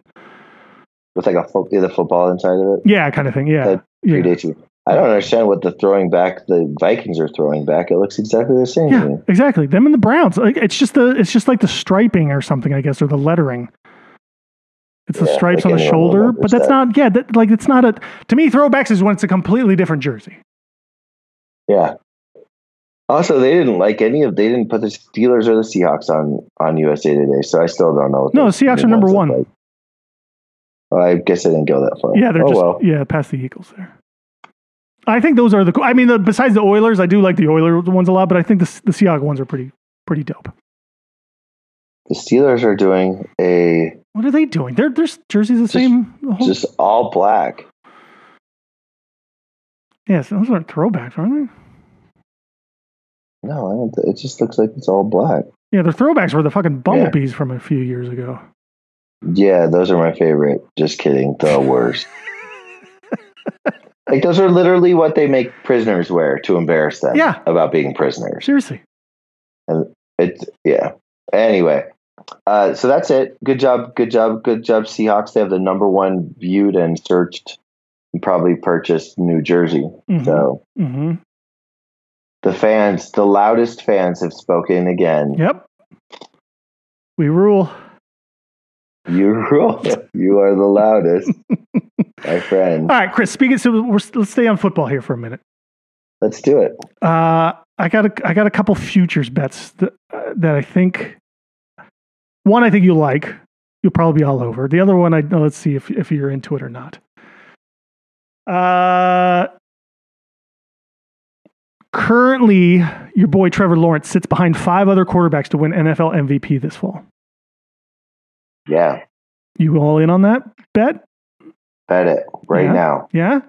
S2: With like a fo- yeah, the football inside of it.
S1: yeah kind of thing yeah
S2: That
S1: yeah.
S2: Predates me. I don't understand what the throwing back the Vikings are throwing back. It looks exactly the same.
S1: yeah
S2: to me.
S1: exactly them and the Browns like it's just the it's just like the striping or something I guess or the lettering It's the
S2: Yeah,
S1: stripes
S2: like
S1: on the
S2: anyone
S1: shoulder,
S2: remembers
S1: but that's
S2: that.
S1: not. Yeah, that, like it's not a. To me, throwbacks is when it's a completely different jersey.
S2: Yeah. Also, they didn't like any of. They didn't put the Steelers or the Seahawks on on USA Today, so I still don't know. What
S1: No,
S2: the
S1: Seahawks are number
S2: ones look
S1: one.
S2: like. Well, I guess I didn't go that far.
S1: Yeah, they're
S2: oh
S1: just
S2: well.
S1: yeah past the Eagles there. I think those are the. co- I mean, the, besides the Oilers, I do like the Oiler ones a lot, but I think the the Seahawks ones are pretty pretty dope.
S2: The Steelers are doing a
S1: What are they doing? Their their jerseys the
S2: Just-
S1: same. The whole,
S2: just all black.
S1: yes, those aren't throwbacks, aren't they?
S2: No, I don't. thi- It just looks like it's all black.
S1: Yeah, their throwbacks were the fucking bumblebees from a few years ago.
S2: Yeah, those are my favorite. Just kidding. The worst. like those are literally what they make prisoners wear to embarrass them.
S1: Yeah.
S2: About being prisoners.
S1: Seriously,
S2: It's yeah. Anyway, uh, so that's it. Good job, good job, good job, Seahawks. They have the number one viewed and searched, and probably purchased New Jersey. So
S1: hmm
S2: the fans, the loudest fans, have spoken again.
S1: Yep, we rule.
S2: You rule. You are the loudest, my friend.
S1: All right, Chris. Speaking, so we're, let's stay on football here for a minute.
S2: Let's do it.
S1: Uh, I got a, I got a couple futures bets that, uh, that I think. One I think you like. You'll probably be all over. The other one, I let's see if if you're into it or not. Uh, currently, your boy Trevor Lawrence sits behind five other quarterbacks to win NFL MVP this fall.
S2: Yeah,
S1: You all in on that bet?
S2: bet it right
S1: Yeah.
S2: now.
S1: Yeah.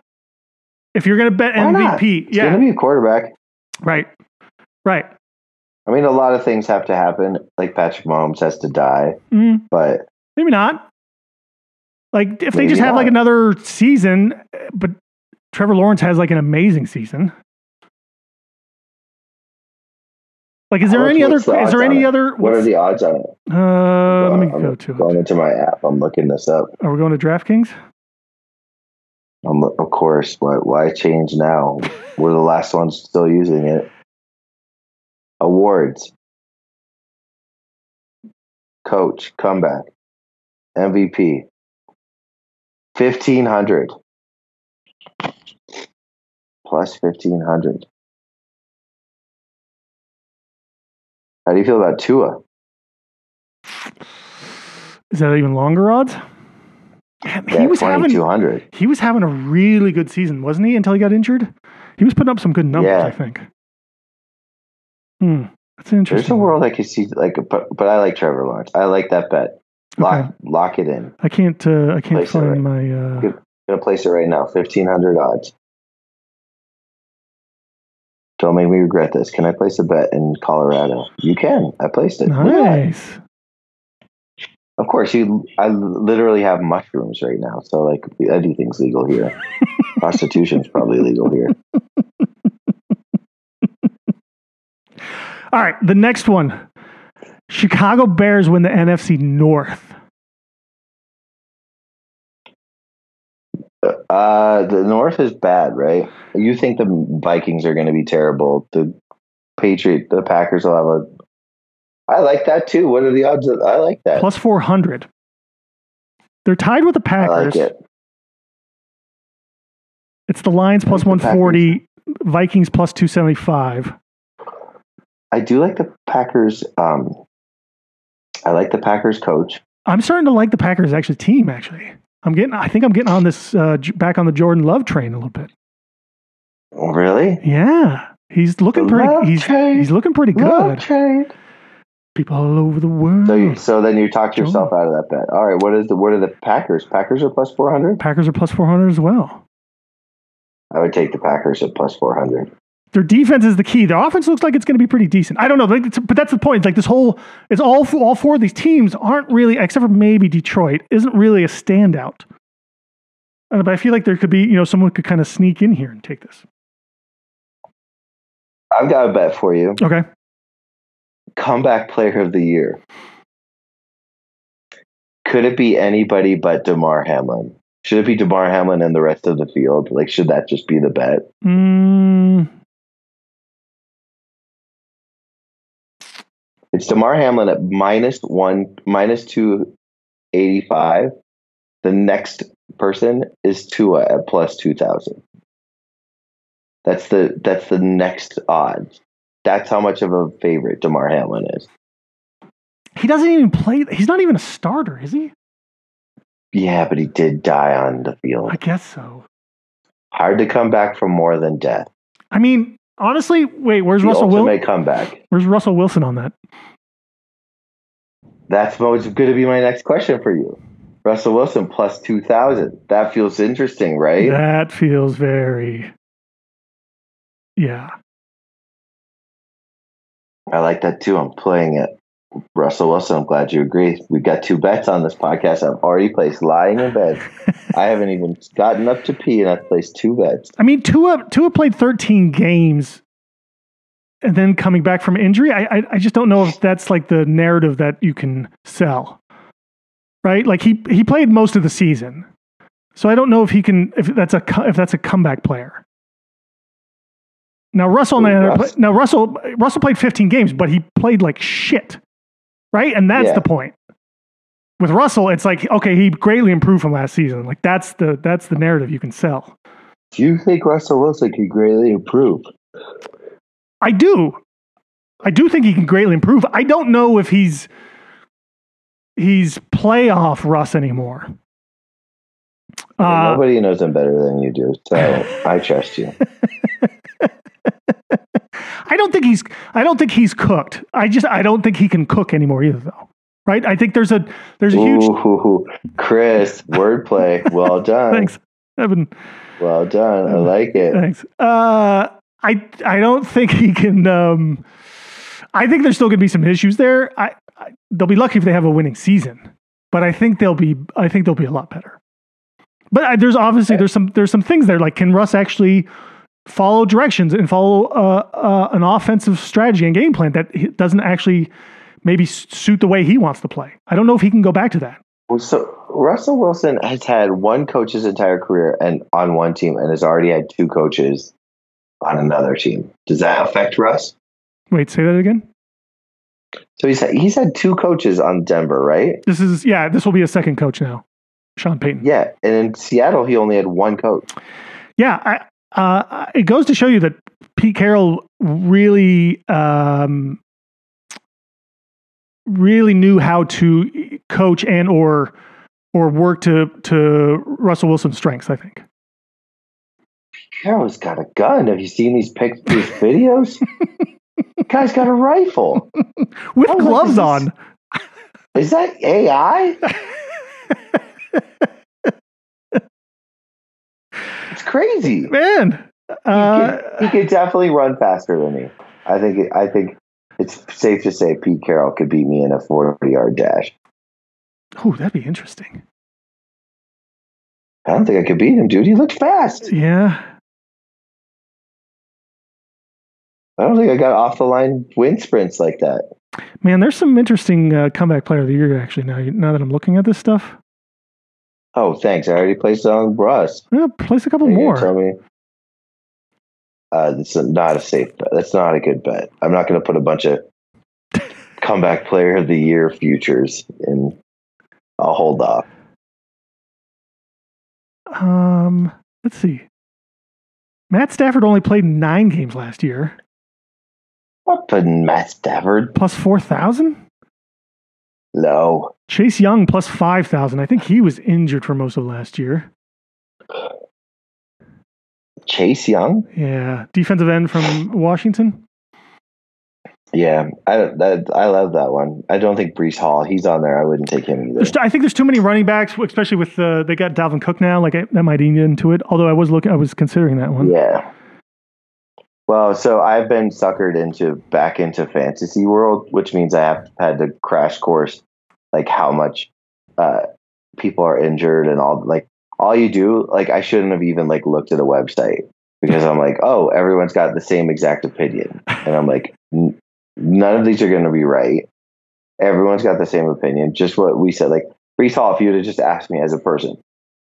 S1: If you're gonna bet
S2: Why not?
S1: MVP,
S2: It's
S1: yeah,
S2: gonna be a quarterback.
S1: right, right.
S2: I mean, a lot of things have to happen. Like Patrick Mahomes has to die,
S1: Mm.
S2: but
S1: Maybe not. Like if they
S2: Maybe
S1: just have like
S2: not.
S1: another season, eh, but Trevor Lawrence has like an amazing season. Like, is
S2: How
S1: there
S2: much-
S1: any other?
S2: what's the
S1: Is there
S2: odds on
S1: any
S2: it?
S1: other?
S2: what are
S1: what's-
S2: the odds on it?
S1: Uh, let me
S2: I'm
S1: go to.
S2: going into my app. I'm looking this up.
S1: Are we going to DraftKings?
S2: Um, of course, why, why change now? We're the last ones still using it. Awards. Coach, comeback. MVP. 1500. Plus 1500. How do you feel about Tua?
S1: Is that even longer odds? Man, he
S2: Yeah,
S1: was having
S2: 2200.
S1: he was having a really good season, wasn't he? Until he got injured, he was putting up some good numbers.
S2: Yeah.
S1: I think. Hmm, that's an interesting.
S2: There's a
S1: one.
S2: world I could see, like, but, but I like Trevor Lawrence. I like that bet. Lock, lock it in.
S1: I can't. Uh, I can't
S2: Place it
S1: find
S2: right.
S1: my. Uh,
S2: Good. gonna place it right now. Fifteen hundred odds. Don't make me regret this. Can I place a bet in Colorado? You can. I placed it. Look at that.
S1: nice.
S2: Of course, you. I literally have mushrooms right now, so like anything's legal here. Prostitution's probably legal here.
S1: All right, the next one. Chicago Bears win the NFC North.
S2: Uh, the North is bad, right? You think the Vikings are going to be terrible? The Patriot, the Packers will have a. I like that too. What are the odds? Of, I like that.
S1: Plus 400. They're tied with the
S2: I
S1: Packers.
S2: like it.
S1: It's the Lions plus
S2: like the
S1: 140, Vikings plus 275.
S2: I do like the Packers. Um, I like the Packers coach.
S1: I'm starting to like the Packers actually team actually. I'm getting I think I'm getting on this uh, J- back on the Jordan Love train a little bit.
S2: Really?
S1: Yeah. He's looking
S2: The love
S1: pretty he's,
S2: train.
S1: he's looking pretty
S2: Love
S1: good. Mm.
S2: trade.
S1: People all over the world.
S2: So, you, so then you talked yourself out of that bet. All right. What is the? What are the Packers? Packers are plus four hundred.
S1: Packers are plus 400 as well.
S2: I would take the Packers at plus four hundred.
S1: their defense is the key. Their offense looks like it's going to be pretty decent. I don't know, like, it's- but that's the point. It's like this whole, it's all f- all four of these teams aren't really, except for maybe Detroit, isn't really a standout. Uh, But I feel like there could be, you know, someone could kind of sneak in here and take this.
S2: I've got a bet for you.
S1: Okay,
S2: Comeback Player of the Year. Could it be anybody but Damar Hamlin? Should it be Damar Hamlin and the rest of the field? Like, should that just be the bet?
S1: mm,
S2: It's Damar Hamlin at minus one, minus two eighty-five, The next person is Tua at plus two thousand. That's the that's the next odds. That's how much of a favorite Damar Hamlin is.
S1: He doesn't even play. He's not even a starter, is he?
S2: Yeah, but he did die on the field.
S1: I guess so.
S2: Hard to come back from more than death.
S1: I mean, honestly, wait, where's
S2: the
S1: Russell
S2: ultimate
S1: Wilson?
S2: comeback.
S1: Where's Russell Wilson on that?
S2: That's what's going to be my next question for you. Russell Wilson plus two thousand. That feels interesting, right?
S1: That feels very. Yeah.
S2: I like that too. I'm playing it. Russell Wilson, I'm glad you agree. We've got two bets on this podcast. I've already placed lying in bed. I haven't even gotten up to pee, and I've placed two bets.
S1: I mean, Tua Tua played 13 games, and then coming back from injury. I I, I just don't know if that's like the narrative that you can sell, right? Like he he played most of the season, so I don't know if he can if that's a co- if that's a comeback player. Now Russell
S2: Ooh,
S1: now,
S2: Russ.
S1: now Russell Russell played 15 games, but he played like shit, right? And that's
S2: Yeah.
S1: the point. With Russell, it's like okay, he greatly improved from last season. Like that's the that's the narrative you can sell.
S2: Do you think Russell Wilson could greatly improve?
S1: I do. I do think he can greatly improve. I don't know if he's he's playoff Russ anymore. Uh,
S2: Nobody knows him better than you do, so I trust you.
S1: I don't think he's I don't think he's cooked. I just I don't think he can cook anymore either though. Right? I think there's a there's a huge
S2: Ooh, Chris, wordplay. Well done.
S1: thanks. Evan,
S2: Well done. I like it.
S1: thanks. Uh I I don't think he can um I think there's still going to be some issues there. I, I they'll be lucky if they have a winning season, but I think they'll be I think they'll be a lot better. But I, there's obviously there's some there's some things there like can Russ actually follow directions and follow uh, uh, an offensive strategy and game plan that he- doesn't actually maybe s- suit the way he wants to play. I don't know if he can go back to that.
S2: So Russell Wilson has had one coach his entire career and on one team and has already had two coaches on another team. Does that affect Russ?
S1: Wait, say that again.
S2: So he's had, he's had two coaches on Denver, right?
S1: This is yeah, this will be a second coach now. Sean Payton.
S2: Yeah, and in Seattle he only had one coach.
S1: Yeah, I, uh, it goes to show you that Pete Carroll really, um, really knew how to coach and or or work to to Russell Wilson's strengths. I think.
S2: Carroll's got a gun. Have you seen these pics, these videos? Guy's got a rifle.
S1: With
S2: Oh, look,
S1: gloves
S2: this is-
S1: on,
S2: Is that AI? It's crazy.
S1: man. Uh,
S2: he could definitely run faster than me. I think. I think it's safe to say Pete Carroll could beat me in a forty-yard dash.
S1: oh, that'd be interesting.
S2: I don't think I could beat him, dude. He looked fast.
S1: Yeah,
S2: I don't think I got off the line wind sprints like that.
S1: man. There's some interesting uh, comeback player of the year actually. Now, now that I'm looking at this stuff,
S2: Oh, thanks. I already placed it on Russ.
S1: yeah, place a couple
S2: Are you gonna
S1: more.
S2: Tell me. Uh, that's not a safe bet. That's not a good bet. I'm not going to put a bunch of comeback player of the year futures in. I'll hold off.
S1: Um, let's see. Matt Stafford only played nine games last year,
S2: What putting Matt Stafford?
S1: plus four thousand.
S2: No.
S1: Chase Young plus five thousand. I think he was injured for most of last year.
S2: Chase Young?
S1: Yeah, defensive end from Washington.
S2: Yeah, I that, I love that one. I don't think Brees Hall. He's on there. I wouldn't take him either.
S1: There's, I think there's too many running backs, especially with uh, they got Dalvin Cook now. Like I, that might eat into it. Although I was looking, I was considering that one.
S2: Yeah. Well, so I've been suckered into back into fantasy world, which means I have had to crash course like how much uh, people are injured and all like all you do like I shouldn't have even like looked at a website because I'm like, oh, everyone's got the same exact opinion, and I'm like, n- none of these are going to be right. Everyone's got the same opinion. Just what we said, like Brees Hall. If you would have just asked me as a person,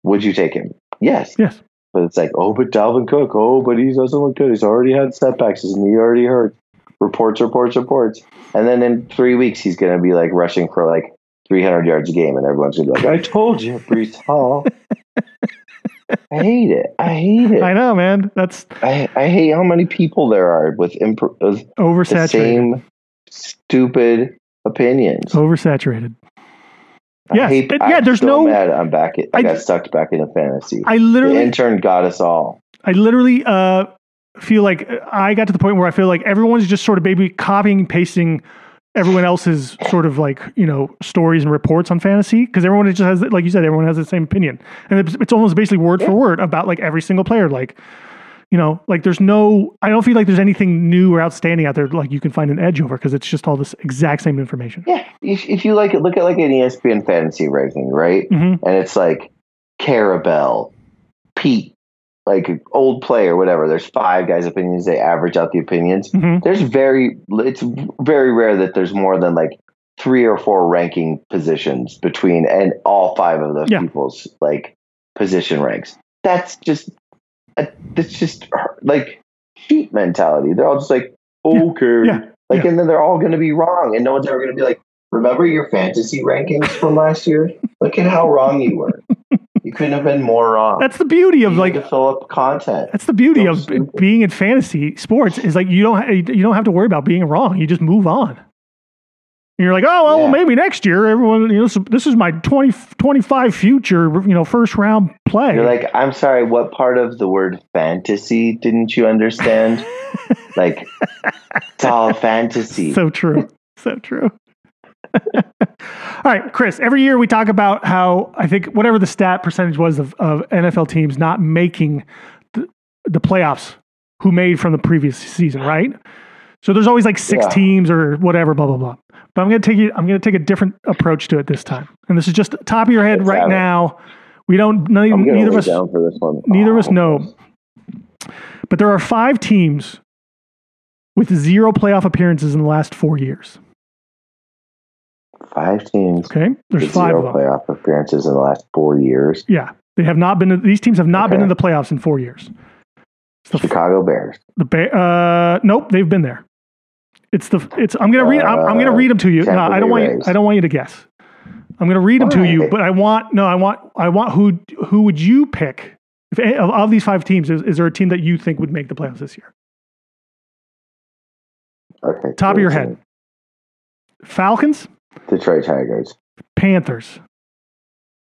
S2: would you take him? Yes.
S1: Yes.
S2: But it's like, oh, but Dalvin Cook, oh, but he doesn't look good. He's already had setbacks. His knee already hurt. Reports, reports, reports. And then in three weeks, he's going to be like rushing for like 300 yards a game, and everyone's gonna be like, "I told you, Brees Hall." I hate it. I hate it.
S1: I
S2: I,
S1: know, man. That's
S2: I, hate how many people there are with, imp- with the
S1: oversaturated.
S2: same stupid opinions.
S1: Oversaturated.
S2: I
S1: Oh, Yes.
S2: hate,
S1: It- yeah,
S2: I'm
S1: there's
S2: so
S1: no-
S2: Mad I'm back. I,
S1: I-
S2: got sucked back into fantasy.
S1: I
S2: the
S1: literally
S2: intern got us all.
S1: I literally uh, feel like I got to the point where I feel like everyone's just sort of maybe copying and pasting everyone else's sort of like you know stories and reports on fantasy because everyone just has like you said everyone has the same opinion and it's, it's almost basically word for
S2: Yeah.
S1: word about like every single player like you know like there's no i don't feel like there's anything new or outstanding out there like you can find an edge over because it's just all this exact same information
S2: Yeah, if, if you like it, look at like an E ESPN fantasy ranking, right?
S1: hmm
S2: and it's like Carabel, Pete, like old player, whatever. There's five guys' opinions. They average out the opinions.
S1: hmm
S2: There's very, it's very rare that there's more than like three or four ranking positions between and all five of those
S1: Yeah.
S2: people's like position ranks. That's just, uh, that's just like sheep mentality. They're all just like,
S1: Yeah.
S2: okay.
S1: Yeah.
S2: Like, and then they're all going to be wrong, and no one's ever going to be like, remember your fantasy rankings from last year? Look at how wrong you were. You couldn't have been more wrong.
S1: that's the beauty of
S2: You
S1: like
S2: had to fill up content.
S1: That's the beauty
S2: So
S1: of b-
S2: stupid.
S1: being in fantasy sports is like you don't ha- you don't have to worry about being wrong. You just move on. And you're like, oh well,
S2: Yeah.
S1: maybe next year, everyone. You know, this, this is my 20, 25 future, you know, first round play.
S2: You're like, I'm sorry, what part of the word fantasy didn't you understand? like, it's all fantasy.
S1: so true, so true. All right, Chris. Every year we talk about how I think whatever the stat percentage was of, of NFL teams not making the, the playoffs, who made from the previous season, right? So there's always like six
S2: Yeah.
S1: teams or whatever, blah blah blah. But I'm gonna take you. I'm gonna take a different approach to it this time. And this is just top of your head
S2: Let's
S1: right
S2: have it.
S1: now. We don't. Neither,
S2: I'm gonna
S1: neither
S2: lay
S1: of us.
S2: down for this one.
S1: neither of us
S2: Oh,
S1: know. But there are five teams with zero playoff appearances in the last four years.
S2: Five teams.
S1: Okay, there's
S2: with
S1: five of
S2: zero
S1: them.
S2: playoff appearances in the last four years.
S1: Yeah, they have not been. These teams have not been
S2: Okay.
S1: in the playoffs in four years. It's the
S2: Chicago Bears.
S1: the ba- uh, nope, they've been there. It's the it's. I'm gonna read. I'm, I'm gonna
S2: Uh,
S1: read them to you. No,
S2: Tampa
S1: I don't
S2: Bay
S1: want. You,
S2: Rays.
S1: I don't want you to guess. I'm gonna read them to
S2: Why?
S1: you, but I want no. I want. I want who who would you pick if any, of, of these five teams? Is, is there a team that you think would make the playoffs this year?
S2: Okay.
S1: Top of your
S2: Detroit
S1: head: Falcons,
S2: Tigers. Detroit Tigers.
S1: Panthers,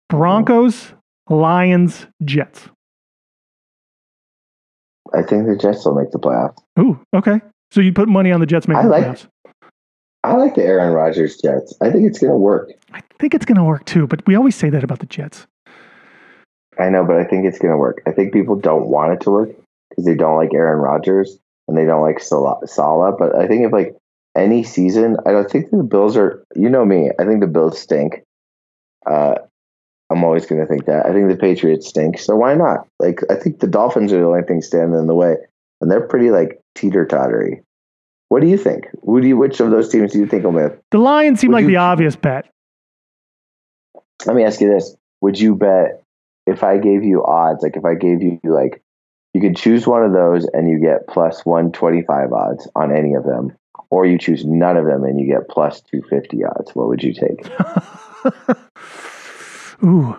S1: Broncos,
S2: Oh.
S1: Lions, Jets.
S2: I think the Jets will make the playoffs.
S1: Ooh, okay. So you put money on the Jets making
S2: I
S1: the
S2: like-
S1: playoffs.
S2: I like the Aaron Rodgers Jets. I think it's going to work.
S1: I think it's gonna work too, but we always say that about the Jets.
S2: I know, but I think it's going to work. I think people don't want it to work because they don't like Aaron Rodgers and they don't like Sala, Sala. But I think if like any season, I don't think the Bills are. You know me. I think the Bills stink. Uh, I'm always going to think that. I think the Patriots stink. So why not? Like I think the Dolphins are the only thing standing in the way, and they're pretty like teeter tottery. What do you think? Who do you? Which of those teams do you think will win?
S1: The Lions seem
S2: Would
S1: like
S2: you-
S1: the obvious bet.
S2: let me ask you this would you bet if i gave you odds like if i gave you like you could choose one of those and you get plus 125 odds on any of them or you choose none of them and you get plus 250 odds what would you take
S1: Ooh.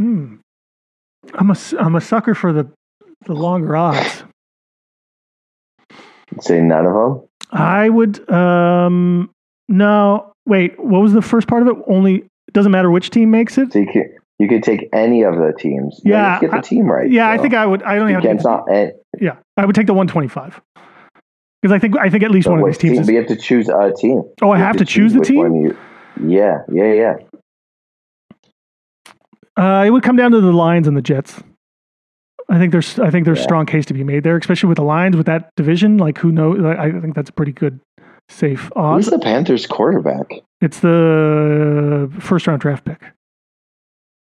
S1: Mm. I'm a, s- I'm a sucker for the, the longer odds.
S2: say none of them
S1: I would, um, no, wait, what was the first part of it? Only, it doesn't matter which team makes it.
S2: so you could you could take any of the teams No,
S1: Yeah,
S2: you have to get the
S1: I-
S2: team right
S1: Yeah, I think I would, I don't
S2: you
S1: have
S2: can't
S1: to,
S2: not, and,
S1: yeah, I would take the 125. Because I think, I think at least
S2: but
S1: one of
S2: what
S1: these teams
S2: team,
S1: is,
S2: but you have to choose a team
S1: oh, I
S2: You
S1: have to choose the
S2: which one
S1: team?
S2: you, yeah yeah yeah
S1: Uh, it would come down to the Lions and the Jets. I think there's I think there's
S2: Yeah.
S1: strong case to be made there, especially with the Lions with that division. Like who knows? I I think that's a pretty good safe
S2: who's
S1: odds.
S2: the panthers quarterback
S1: it's the first round draft pick.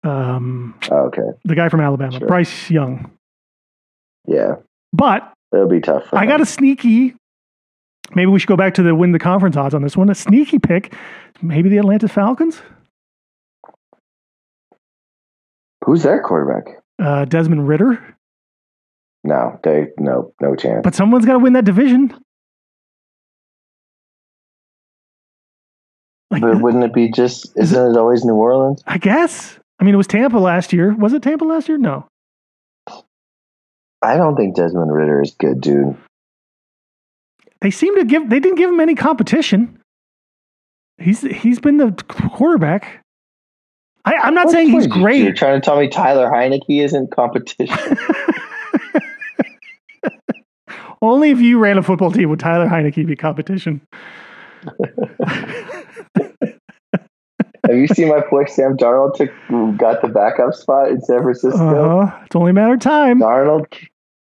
S1: Um,
S2: oh, okay
S1: the guy from Alabama,
S2: Sure.
S1: Bryce Young.
S2: yeah
S1: But
S2: it'll be tough for
S1: I
S2: them.
S1: got a sneaky. Maybe we should go back to the win the conference odds on this one. A sneaky pick, maybe the Atlanta Falcons.
S2: who's their quarterback
S1: Uh, Desmond Ritter,
S2: No, they no no chance.
S1: but someone's got to win that division. Like,
S2: But wouldn't it be just? Isn't it always New Orleans?
S1: I guess. I mean, it was Tampa last year. Was it Tampa last year? No.
S2: I don't think Desmond Ritter is good, dude.
S1: They seem to give. They didn't give him any competition. He's he's been the quarterback. I, I'm not
S2: What
S1: saying he's
S2: point did You're
S1: great.
S2: trying to tell me Tyler Heineke isn't competition.
S1: Only if you ran a football team would Tyler Heineke be competition.
S2: Have you seen my boy Sam Darnold took got the backup spot in San Francisco?
S1: Uh, it's only a matter of time.
S2: Darnold,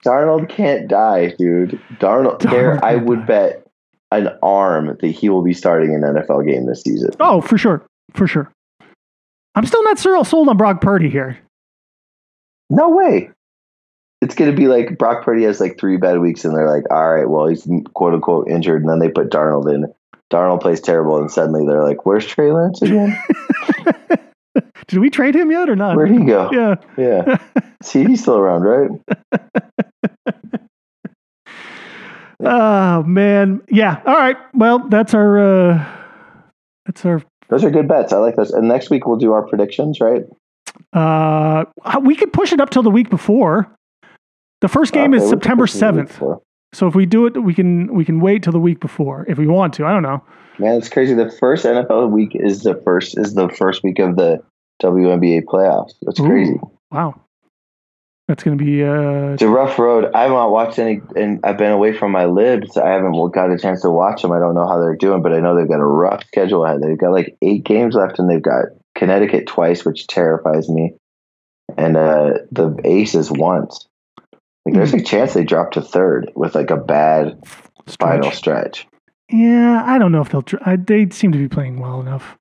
S2: Darnold can't die, dude. Darnold,
S1: Darnold
S2: there, I
S1: can't
S2: would
S1: die.
S2: bet an arm that he will be starting an NFL game this season.
S1: Oh, for sure, for sure. I'm still not sur- sold on Brock Purdy here.
S2: No way. It's going to be like Brock Purdy has like three bad weeks, and they're like, all right, well, he's quote unquote injured. And then they put Darnold in. Darnold plays terrible, and suddenly they're like, where's Trey Lance again?
S1: Did we trade him yet or not?
S2: Where'd he go?
S1: Yeah.
S2: Yeah. See, he's still around, right?
S1: Oh man. Yeah. All right. Well, that's our. Uh, that's our.
S2: Those are good bets. I like those. And next week we'll do our predictions, right?
S1: Uh, we could push it up till the week before. The first game
S2: Okay,
S1: is
S2: Uh, we-
S1: September
S2: this is the week
S1: seventh.
S2: before.
S1: So if we do it, we can we can wait till the week before if we want to. I don't know.
S2: Man, it's crazy. The first NFL week is the first is the first week of the WNBA playoffs. That's
S1: Ooh.
S2: crazy.
S1: Wow. That's gonna be. Uh,
S2: It's a rough road. I haven't watched any, and I've been away from my libs. I haven't got a chance to watch them. I don't know how they're doing, but I know they've got a rough schedule ahead. They've got like eight games left, and they've got Connecticut twice, which terrifies me, and uh, the Aces once. Like, there's a
S1: Hmm.
S2: chance they drop to third with like a bad
S1: stretch.
S2: final stretch.
S1: Yeah, I don't know if they'll. Tr- I, they seem to be playing well enough.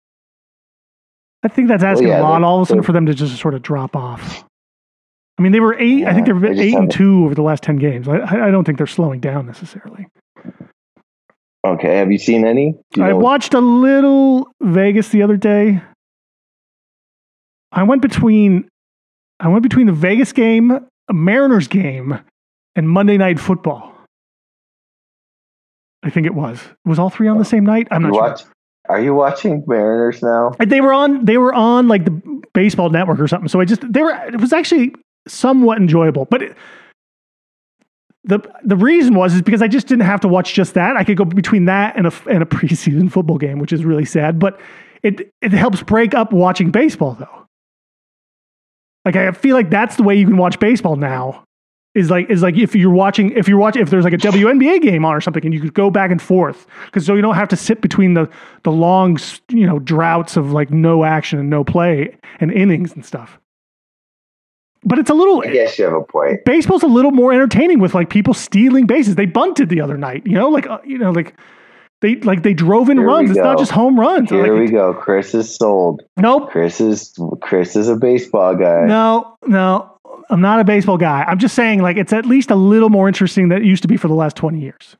S1: I think that's asking
S2: yeah,
S1: a lot
S2: they-
S1: all of a sudden
S2: they-
S1: for them to just sort of drop off. I mean, they were eight. I think
S2: Yeah,
S1: they've
S2: they
S1: been
S2: just
S1: eight and
S2: haven't-
S1: two over the last ten games. I- I, I don't think they're slowing down necessarily.
S2: Okay, have you seen any? Do you
S1: I
S2: know-
S1: watched a little Vegas the other day. I went between, I went between the Vegas game, a Mariners game, and Monday Night Football. I think it was. It was all three on the same night. I'm
S2: you
S1: not sure.
S2: watch- Are you watching Mariners now?
S1: And They were on. They were on like the baseball network or something. So I just they were. It was actually somewhat enjoyable, but it, the the reason was is because I just didn't have to watch just that. I could go between that and a f- and a preseason football game, which is really sad. But it it helps break up watching baseball though. Like I feel like that's the way you can watch baseball now. Is like is like if you're watching if you're watching if there's like a WNBA game on or something and you could go back and forth because so you don't have to sit between the the long s- you know droughts of like no action and no play and innings and stuff. But it's a little
S2: I guess you have a point.
S1: baseball's a little more entertaining with like people stealing bases. They bunted the other night, you know, like uh, you know, like they like they drove in
S2: Here we
S1: runs. It's not
S2: go.
S1: just home runs.
S2: Here
S1: Like,
S2: we go. Chris is sold.
S1: nope,
S2: Chris is Chris is a baseball guy.
S1: no, no. I'm not a baseball guy. I'm just saying, like it's at least a little more interesting than it used to be for the last 20 years.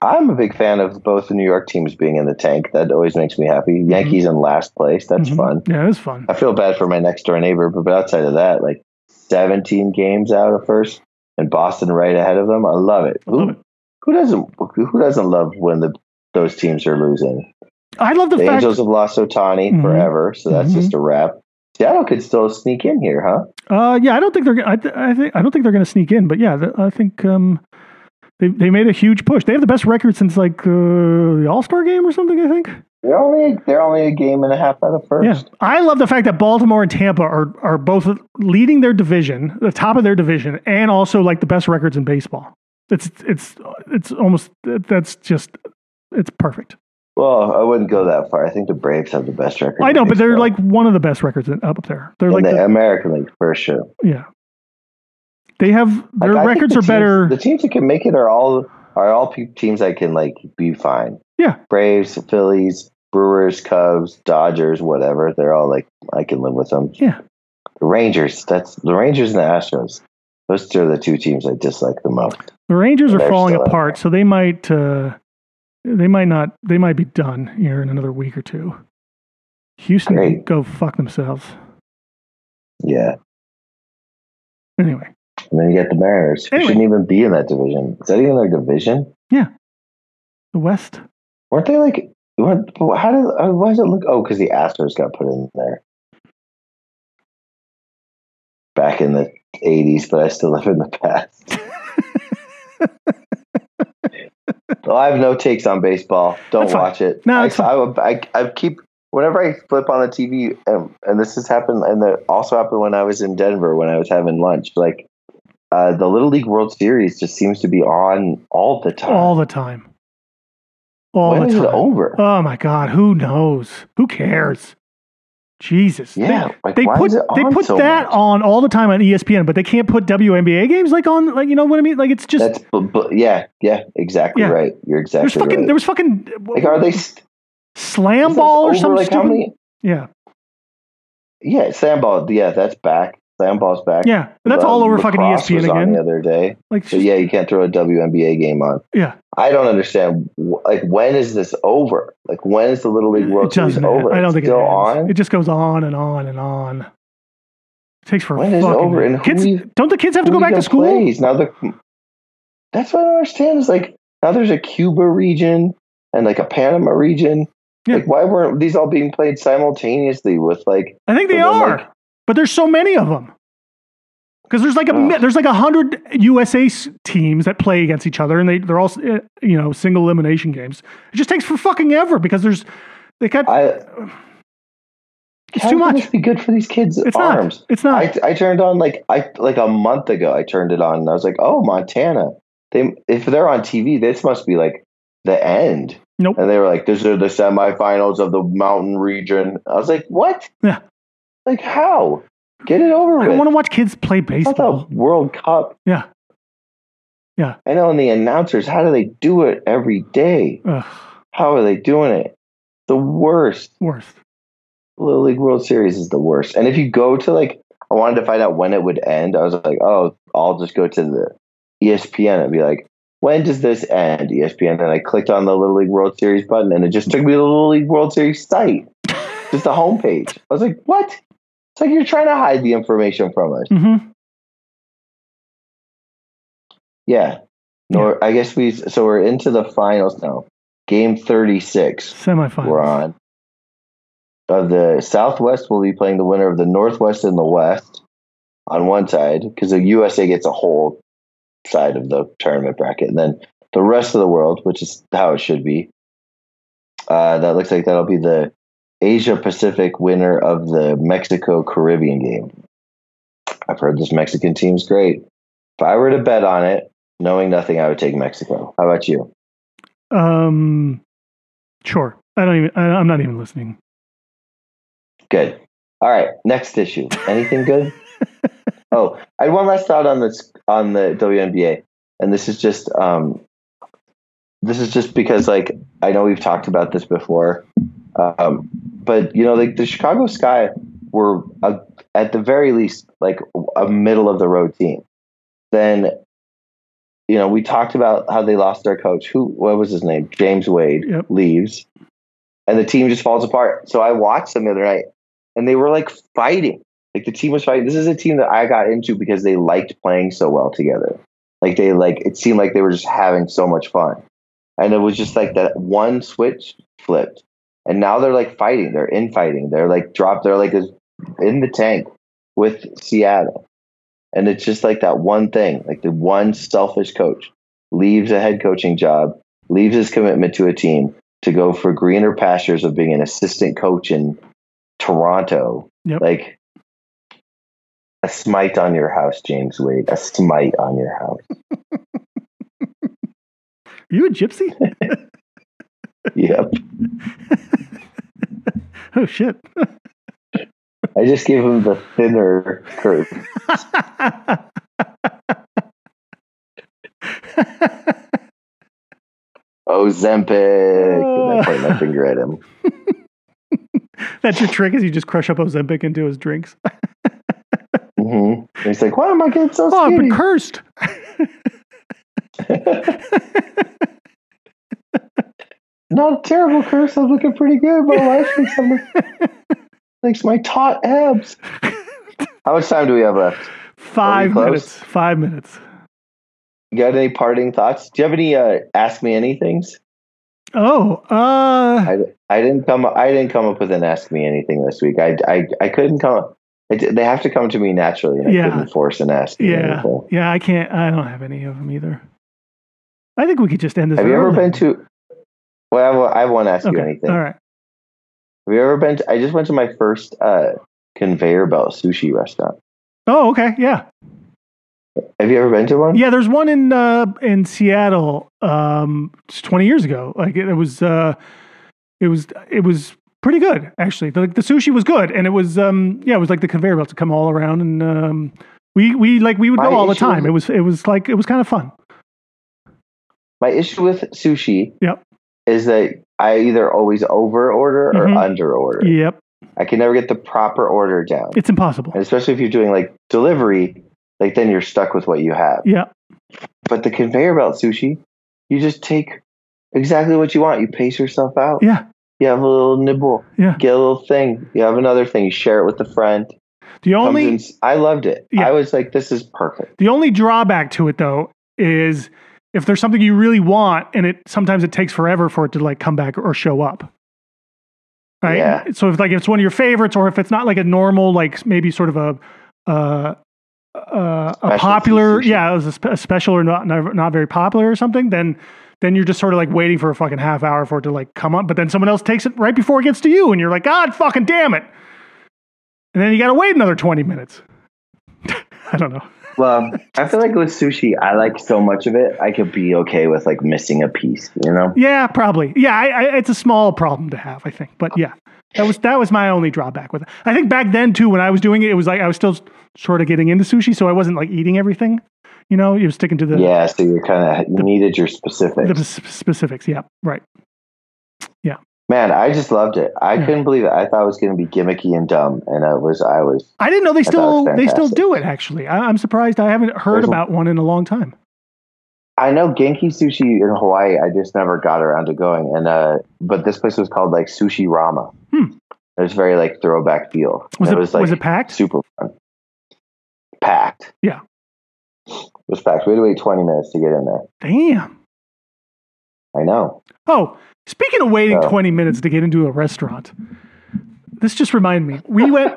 S2: I'm a big fan of both the New York teams being in the tank. That always makes me happy.
S1: Mm-hmm.
S2: Yankees in last place. That's
S1: Mhm.
S2: fun.
S1: Yeah, it was fun.
S2: I feel bad for my next door neighbor, but outside of that, like 17 games out of first, and Boston right ahead of them. I love it. Who
S1: Love it.
S2: who doesn't who doesn't love when the those teams are losing?
S1: I love the,
S2: The
S1: fact.
S2: Angels have lost Otani
S1: Mhm.
S2: forever, so that's
S1: Mhm.
S2: just a wrap. Seattle could still sneak in here, huh?
S1: Uh, yeah, I don't think they're. gonna- I, th- I think I don't think they're going to sneak in. But yeah, th- I think um, they they made a huge push. They have the best record since like uh, the All Star game or something. I think.
S2: They're only they're only a game and a half out of
S1: Yeah,
S2: first.
S1: I love the fact that Baltimore and Tampa are are both leading their division, the top of their division, and also like the best records in baseball. It's it's it's almost that's just it's perfect.
S2: Well, I wouldn't go that far. I think the Braves have the best record.
S1: I
S2: in
S1: know, but they're
S2: baseball.
S1: like one of the best records in, up there. They're
S2: in
S1: like
S2: the,
S1: the,
S2: American League for sure.
S1: yeah, they have their
S2: Like, I think
S1: records
S2: the
S1: are
S2: teams-
S1: better.
S2: The teams that can make it are all are all pe- teams that can like be fine.
S1: Yeah.
S2: Braves, Phillies, Brewers, Cubs, Dodgers, whatever. They're all like I can live with them.
S1: Yeah.
S2: The Rangers. That's the Rangers and the Astros. Those two are the two teams I dislike the most.
S1: The Rangers are
S2: They're
S1: falling
S2: still in
S1: apart, so they might uh, they might not they might be done here in another week or two. Houston can
S2: Great.
S1: go fuck themselves.
S2: Yeah.
S1: Anyway,
S2: And then you get the Mariners. who
S1: Anyway.
S2: shouldn't even be in that division. Is that even their division?
S1: the West.
S2: Weren't they like What? How did? uh, Why does it look? Oh, because the Astros got put in there back in the '80s, but I still live in the past. well, I have no takes on baseball. Don't
S1: That's fine.
S2: watch it.
S1: No,
S2: I,
S1: it's fine.
S2: I, will- I, I keep whenever I flip on the TV, um, and this has happened, and that also happened when I was in Denver when I was having lunch. Like uh, the Little League World Series just seems to be on all the time.
S1: all the time. All
S2: When
S1: the
S2: is
S1: time.
S2: it over?
S1: Oh my god, who knows? Who cares? Jesus. They-
S2: Yeah, like,
S1: they,
S2: why
S1: put
S2: is it
S1: they
S2: on
S1: put
S2: so
S1: that
S2: much?
S1: on all the time on E ESPN, but they can't put WNBA games like on like you know what I mean? Like it's just
S2: That's bu- bu- yeah, yeah, exactly
S1: Yeah.
S2: right. You're exactly
S1: there's fucking
S2: right.
S1: there was fucking
S2: like, are they st-
S1: slam
S2: is it
S1: ball or
S2: over,
S1: something
S2: like how many?
S1: Yeah.
S2: Yeah, sandball. Yeah, that's back. Sandball's back.
S1: Yeah. And that's
S2: Uh,
S1: all over fucking E
S2: lacrosse
S1: ESPN
S2: was on the
S1: again.
S2: other day.
S1: Like it's
S2: So
S1: just-
S2: yeah, you can't throw a WNBA game on.
S1: Yeah.
S2: I don't understand. wh- Like, when is this over? Like, when is the Little League World
S1: it
S2: Series
S1: doesn't matter.
S2: over?
S1: I don't
S2: It's
S1: think
S2: still
S1: it ends.
S2: on.
S1: It just goes on and on and on. It takes for
S2: When
S1: a
S2: is it
S1: fucking
S2: over? And who
S1: kids
S2: do you-
S1: don't the kids have to go
S2: Who do
S1: back
S2: you
S1: to
S2: guys
S1: school?
S2: plays? Now the that's what I don't understand. Is like now there's a Cuba region and like a Panama region.
S1: Yeah.
S2: Like, why weren't these all being played simultaneously with like
S1: I think they
S2: So then,
S1: are,
S2: like-
S1: but there's so many of them. Because there's like a
S2: Ugh.
S1: there's like a hundred USA s- teams that play against each other, and they they're all s- eh, you know single elimination games. It just takes for fucking ever because there's they got
S2: I,
S1: it's
S2: how
S1: too
S2: can
S1: much.
S2: This be good for these kids'
S1: It's not.
S2: arms.
S1: It's not.
S2: I, I turned on like I like a month ago. I turned it on and I was like, oh Montana. They if they're on TV, this must be like the end.
S1: Nope.
S2: And they were like, these are the semifinals of the mountain region. I was like, what?
S1: Yeah.
S2: Like how? Get it over
S1: I
S2: with.
S1: want to watch kids play
S2: It's not
S1: baseball.
S2: the World Cup.
S1: Yeah. Yeah.
S2: I know. And the announcers, how do they do it every day?
S1: Ugh,
S2: How are they doing it? The worst.
S1: worst.
S2: Little League World Series is the worst. And if you go to like, I wanted to find out when it would end. I was like, oh, I'll just go to the E ESPN and be like, when does this end, E ESPN? And I clicked on the Little League World Series button, and it just took me to the Little League World Series site, just the homepage. I was like, what? It's like you're trying to hide the information from us.
S1: Mm-hmm.
S2: Yeah. Nor I guess we. So we're into the finals now. Game thirty six.
S1: Semifinals.
S2: we're on. Of the Southwest, will be playing the winner of the Northwest and the West on one side because the USA gets a whole side of the tournament bracket, and then the rest of the world, which is how it should be. Uh, that looks like that'll be the Asia Pacific winner of the Mexico Caribbean game. I've heard this Mexican team's great. If I were to bet on it, knowing nothing, I would take Mexico. How about you?
S1: Um, sure. I don't even. I, I'm not even listening.
S2: Good. All right. Next issue. Anything good? oh, I had one last thought on this on the WNBA, and this is just um, this is just because like I know we've talked about this before, um, but you know like the Chicago Sky were a, at the very least like a middle of the road team. Then, you know, we talked about how they lost their coach. Who? What was his name? James Wade
S1: Yep.
S2: leaves, and the team just falls apart. So I watched them the other night, and they were like fighting. Like the team was fighting. This is a team that I got into because they liked playing so well together. Like they like it seemed like they were just having so much fun. And it was just like that one switch flipped. And now they're like fighting. They're infighting. They're like drop they're like in the tank with Seattle. And it's just like that one thing, like the one selfish coach leaves a head coaching job, leaves his commitment to a team to go for greener pastures of being an assistant coach in Toronto.
S1: Yep.
S2: Like a smite on your house, James Wade. A smite on your house.
S1: Are you a gypsy?
S2: Yep.
S1: oh shit.
S2: I just gave him the thinner curve. Ozempic. And I point
S1: Ah.
S2: my finger at him.
S1: That's your trick is you just crush up Ozempic into his drinks.
S2: hmm He's like, why am I getting so
S1: Oh, I've
S2: skinny?
S1: been cursed.
S2: Not a terrible curse. I'm looking pretty good. My wife thinks, I'm, thinks my taut abs. How much time do we have left?
S1: Five
S2: close?
S1: minutes. Five minutes.
S2: You got any parting thoughts? Do you have any uh, ask me anythings?
S1: Oh, uh,
S2: I, I didn't come I didn't come up with an ask me anything this week. I I, I couldn't come. up- I did- they have to come to me naturally, and
S1: Yeah.
S2: I couldn't force an ask. Me
S1: yeah,
S2: anything.
S1: yeah. I can't. I don't have any of them either. I think we could just end this.
S2: Have you ever
S1: early.
S2: been to? Well, I have, one- I have one ask
S1: Okay.
S2: you anything.
S1: All right.
S2: Have you ever been? To, I just went to my first uh, conveyor belt sushi restaurant.
S1: Oh, okay. Yeah.
S2: Have you ever been to one?
S1: Yeah, there's one in uh, in Seattle. Um, it's 20 years ago. Like it, it was, uh, it was, it was pretty good actually. The, the sushi was good, and it was, um, yeah, it was like the conveyor belt to come all around, and um, we we like we would go
S2: My
S1: all the
S2: issue-
S1: time. It was it was like it was kind of fun.
S2: My issue with sushi.
S1: Yep.
S2: Is that I either always over order or
S1: Mhm.
S2: under order.
S1: Yep,
S2: I can never get the proper order down.
S1: it's impossible.
S2: And especially if you're doing like delivery, like then you're stuck with what you have.
S1: Yeah,
S2: But the conveyor belt sushi, you just take exactly what you want. You pace yourself out.
S1: yeah,
S2: You have a little nibble.
S1: Yeah.
S2: Get a little thing. You have another thing. You share it with a friend.
S1: the
S2: Comes
S1: only
S2: in s- I loved it.
S1: Yeah.
S2: I was like, this is perfect.
S1: The only drawback to it though is if there's something you really want and it sometimes it takes forever for it to like come back or show up. Right?
S2: Yeah.
S1: So if like it's one of your favorites or if it's not like a normal like maybe sort of a uh uh, a
S2: Specialty
S1: popular,
S2: sushi.
S1: yeah, it was a, spe- a special or not, not not very popular or something. Then, then you're just sort of like waiting for a fucking half hour for it to like come up. But then someone else takes it right before it gets to you, and you're like, God, fucking damn it! And then you got to wait another twenty minutes. I don't know.
S2: Well, I feel like with sushi, I like so much of it, I could be okay with like missing a piece, you know?
S1: Yeah, probably. Yeah, I, I, it's a small problem to have, I think. But yeah, that was that was my only drawback with it. I think back then too, when I was doing it, it was like I was still sort of getting into sushi, so I wasn't like eating everything. You know, you were sticking to the
S2: yeah, so you're kind of, you needed your specifics.
S1: the sp- specifics. Yeah, right.
S2: Man, I just loved it. I
S1: Yeah.
S2: couldn't believe it. I thought it was going to be gimmicky and dumb, and I was. I was.
S1: I didn't know they
S2: thought it was
S1: still they still
S2: fantastic.
S1: do it. Actually, I, I'm surprised. I haven't heard
S2: There's a-
S1: about one in a long time.
S2: I know Genki Sushi in Hawaii. I just never got around to going, and uh, but this place was called like Sushi Rama.
S1: Hmm.
S2: It was very like throwback feel.
S1: Was it
S2: was like
S1: was it packed?
S2: super fun, packed.
S1: Yeah.
S2: it was packed. We had to wait twenty minutes to get in there.
S1: Damn.
S2: I know.
S1: Oh, speaking of waiting
S2: Oh.
S1: 20 minutes to get into a restaurant, this just reminded me. We went.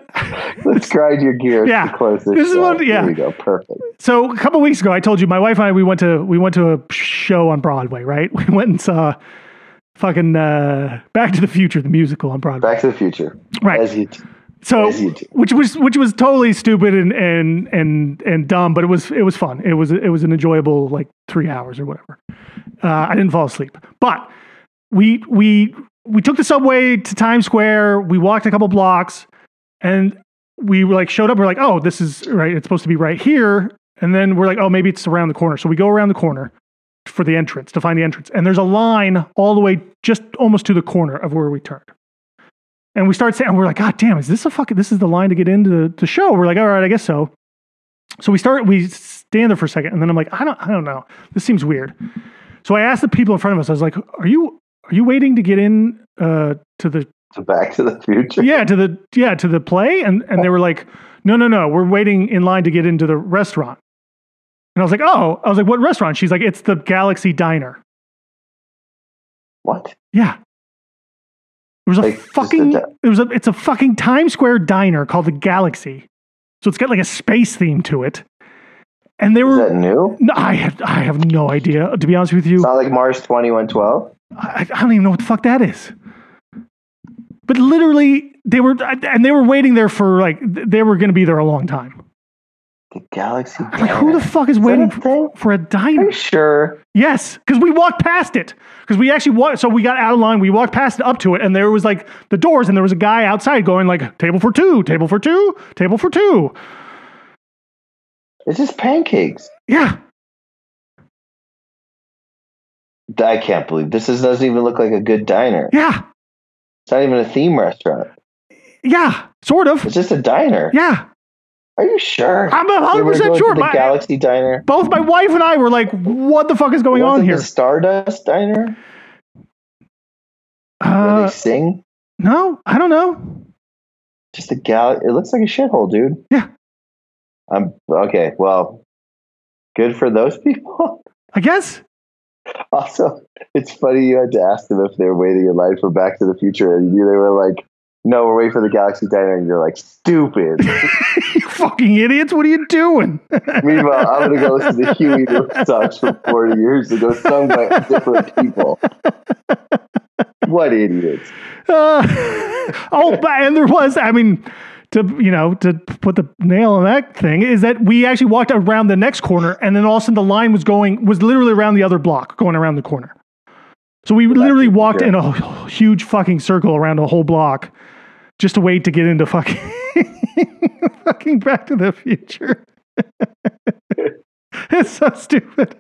S2: Let's grind your gears
S1: Yeah.
S2: to close this.
S1: This is
S2: show.
S1: what- yeah.
S2: Here we go. Perfect.
S1: So a couple weeks ago, I told you my wife and I we went to we went to a show on Broadway, right? We went and saw fucking uh, Back to the Future, the musical on Broadway,
S2: Back to the Future.
S1: right?
S2: As you t-
S1: so
S2: as you do.
S1: which was which was totally stupid and and and and dumb, but it was it was fun. It was it was an enjoyable like three hours or whatever. Uh, I didn't fall asleep, but we we we took the subway to Times Square. We walked a couple blocks, and we were like showed up. We're like, oh, this is right. It's supposed to be right here. And then we're like, oh, maybe it's around the corner. So we go around the corner for the entrance to find the entrance, and there's a line all the way just almost to the corner of where we turned. And we start saying, we're like, God damn, is this a fucking, this is the line to get into the, the show? We're like, all right, I guess so. So we start, we stand there for a second. And then I'm like, I don't, I don't know. This seems weird. So I asked the people in front of us, I was like, are you, are you waiting to get in uh, to the,
S2: to Back to the Future.
S1: yeah, to the, yeah, to the play? And, and they were like, no, no, no, we're waiting in line to get into the restaurant. And I was like, oh, I was like, what restaurant? She's like, it's the Galaxy Diner.
S2: What?
S1: Yeah. It was a
S2: Like, just a
S1: fucking.
S2: di-
S1: it was a. It's a fucking Times Square diner called the Galaxy. So it's got like a space theme to it, and they
S2: Is
S1: were.
S2: that new?
S1: No, I have I have no idea. To be honest with you,
S2: It's not like Mars 2112.
S1: I, I don't even know what the fuck that is. But literally, they were and they were waiting there for like they were going to be there a long time.
S2: The Galaxy
S1: I'm like, who the fuck is
S2: Diner.
S1: waiting
S2: Is that a thing?
S1: for, for a
S2: Are
S1: diner?
S2: you sure?
S1: Yes, because we walked past it. Because we actually walked, so we got out of line. We walked past it up to it, and there was like the doors, and there was a guy outside going like, "Table for two, table for two, table for two.
S2: It's just pancakes.
S1: Yeah,
S2: I can't believe this is, doesn't even look like a good diner.
S1: yeah,
S2: It's not even a theme restaurant.
S1: yeah, sort of.
S2: It's just a diner.
S1: Yeah,
S2: Are you sure?
S1: I'm
S2: They
S1: 100
S2: were going
S1: percent
S2: to
S1: sure.
S2: The
S1: My-
S2: Galaxy Diner.
S1: both my wife and I were like, "What the fuck is going
S2: Wasn't
S1: on here?"
S2: The Stardust Diner. Where
S1: Uh,
S2: they sing.
S1: no, I don't know.
S2: Just a gal. It looks like a shithole, dude.
S1: Yeah.
S2: I'm okay. Well, good for those people.
S1: I guess
S2: Also, it's funny you had to ask them if they were waiting in line for Back to the Future, and you, they were like, "No, we're waiting for the Galaxy Diner," and you're like, "Stupid."
S1: you fucking idiots! What are you doing?
S2: Meanwhile, uh, I'm gonna go listen to Huey Lewis songs from 40 years ago, sung by different people. What idiots!
S1: Uh, oh, but, and there was, I mean, to, you know, to put the nail in that thing is that we actually walked around the next corner and then all of a sudden the line was going, was literally around the other block, going around the corner. So we literally walked in a huge fucking circle around a whole block just to wait to get into fucking, fucking Back to the Future. it's so stupid.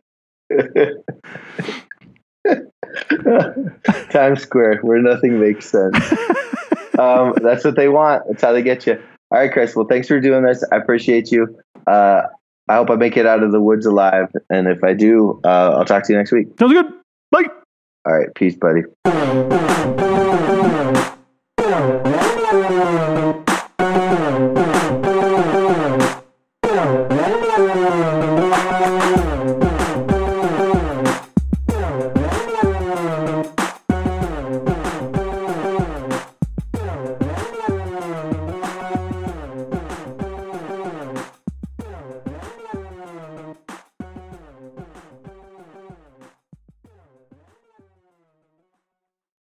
S2: Times Square, where nothing makes sense. um, that's what they want. That's how they get you. All right, Chris. Well, thanks for doing this. I appreciate you. Uh, I hope I make it out of the woods alive. And if I do, uh, I'll talk to you next week.
S1: Sounds good. Bye.
S2: All right. Peace, buddy.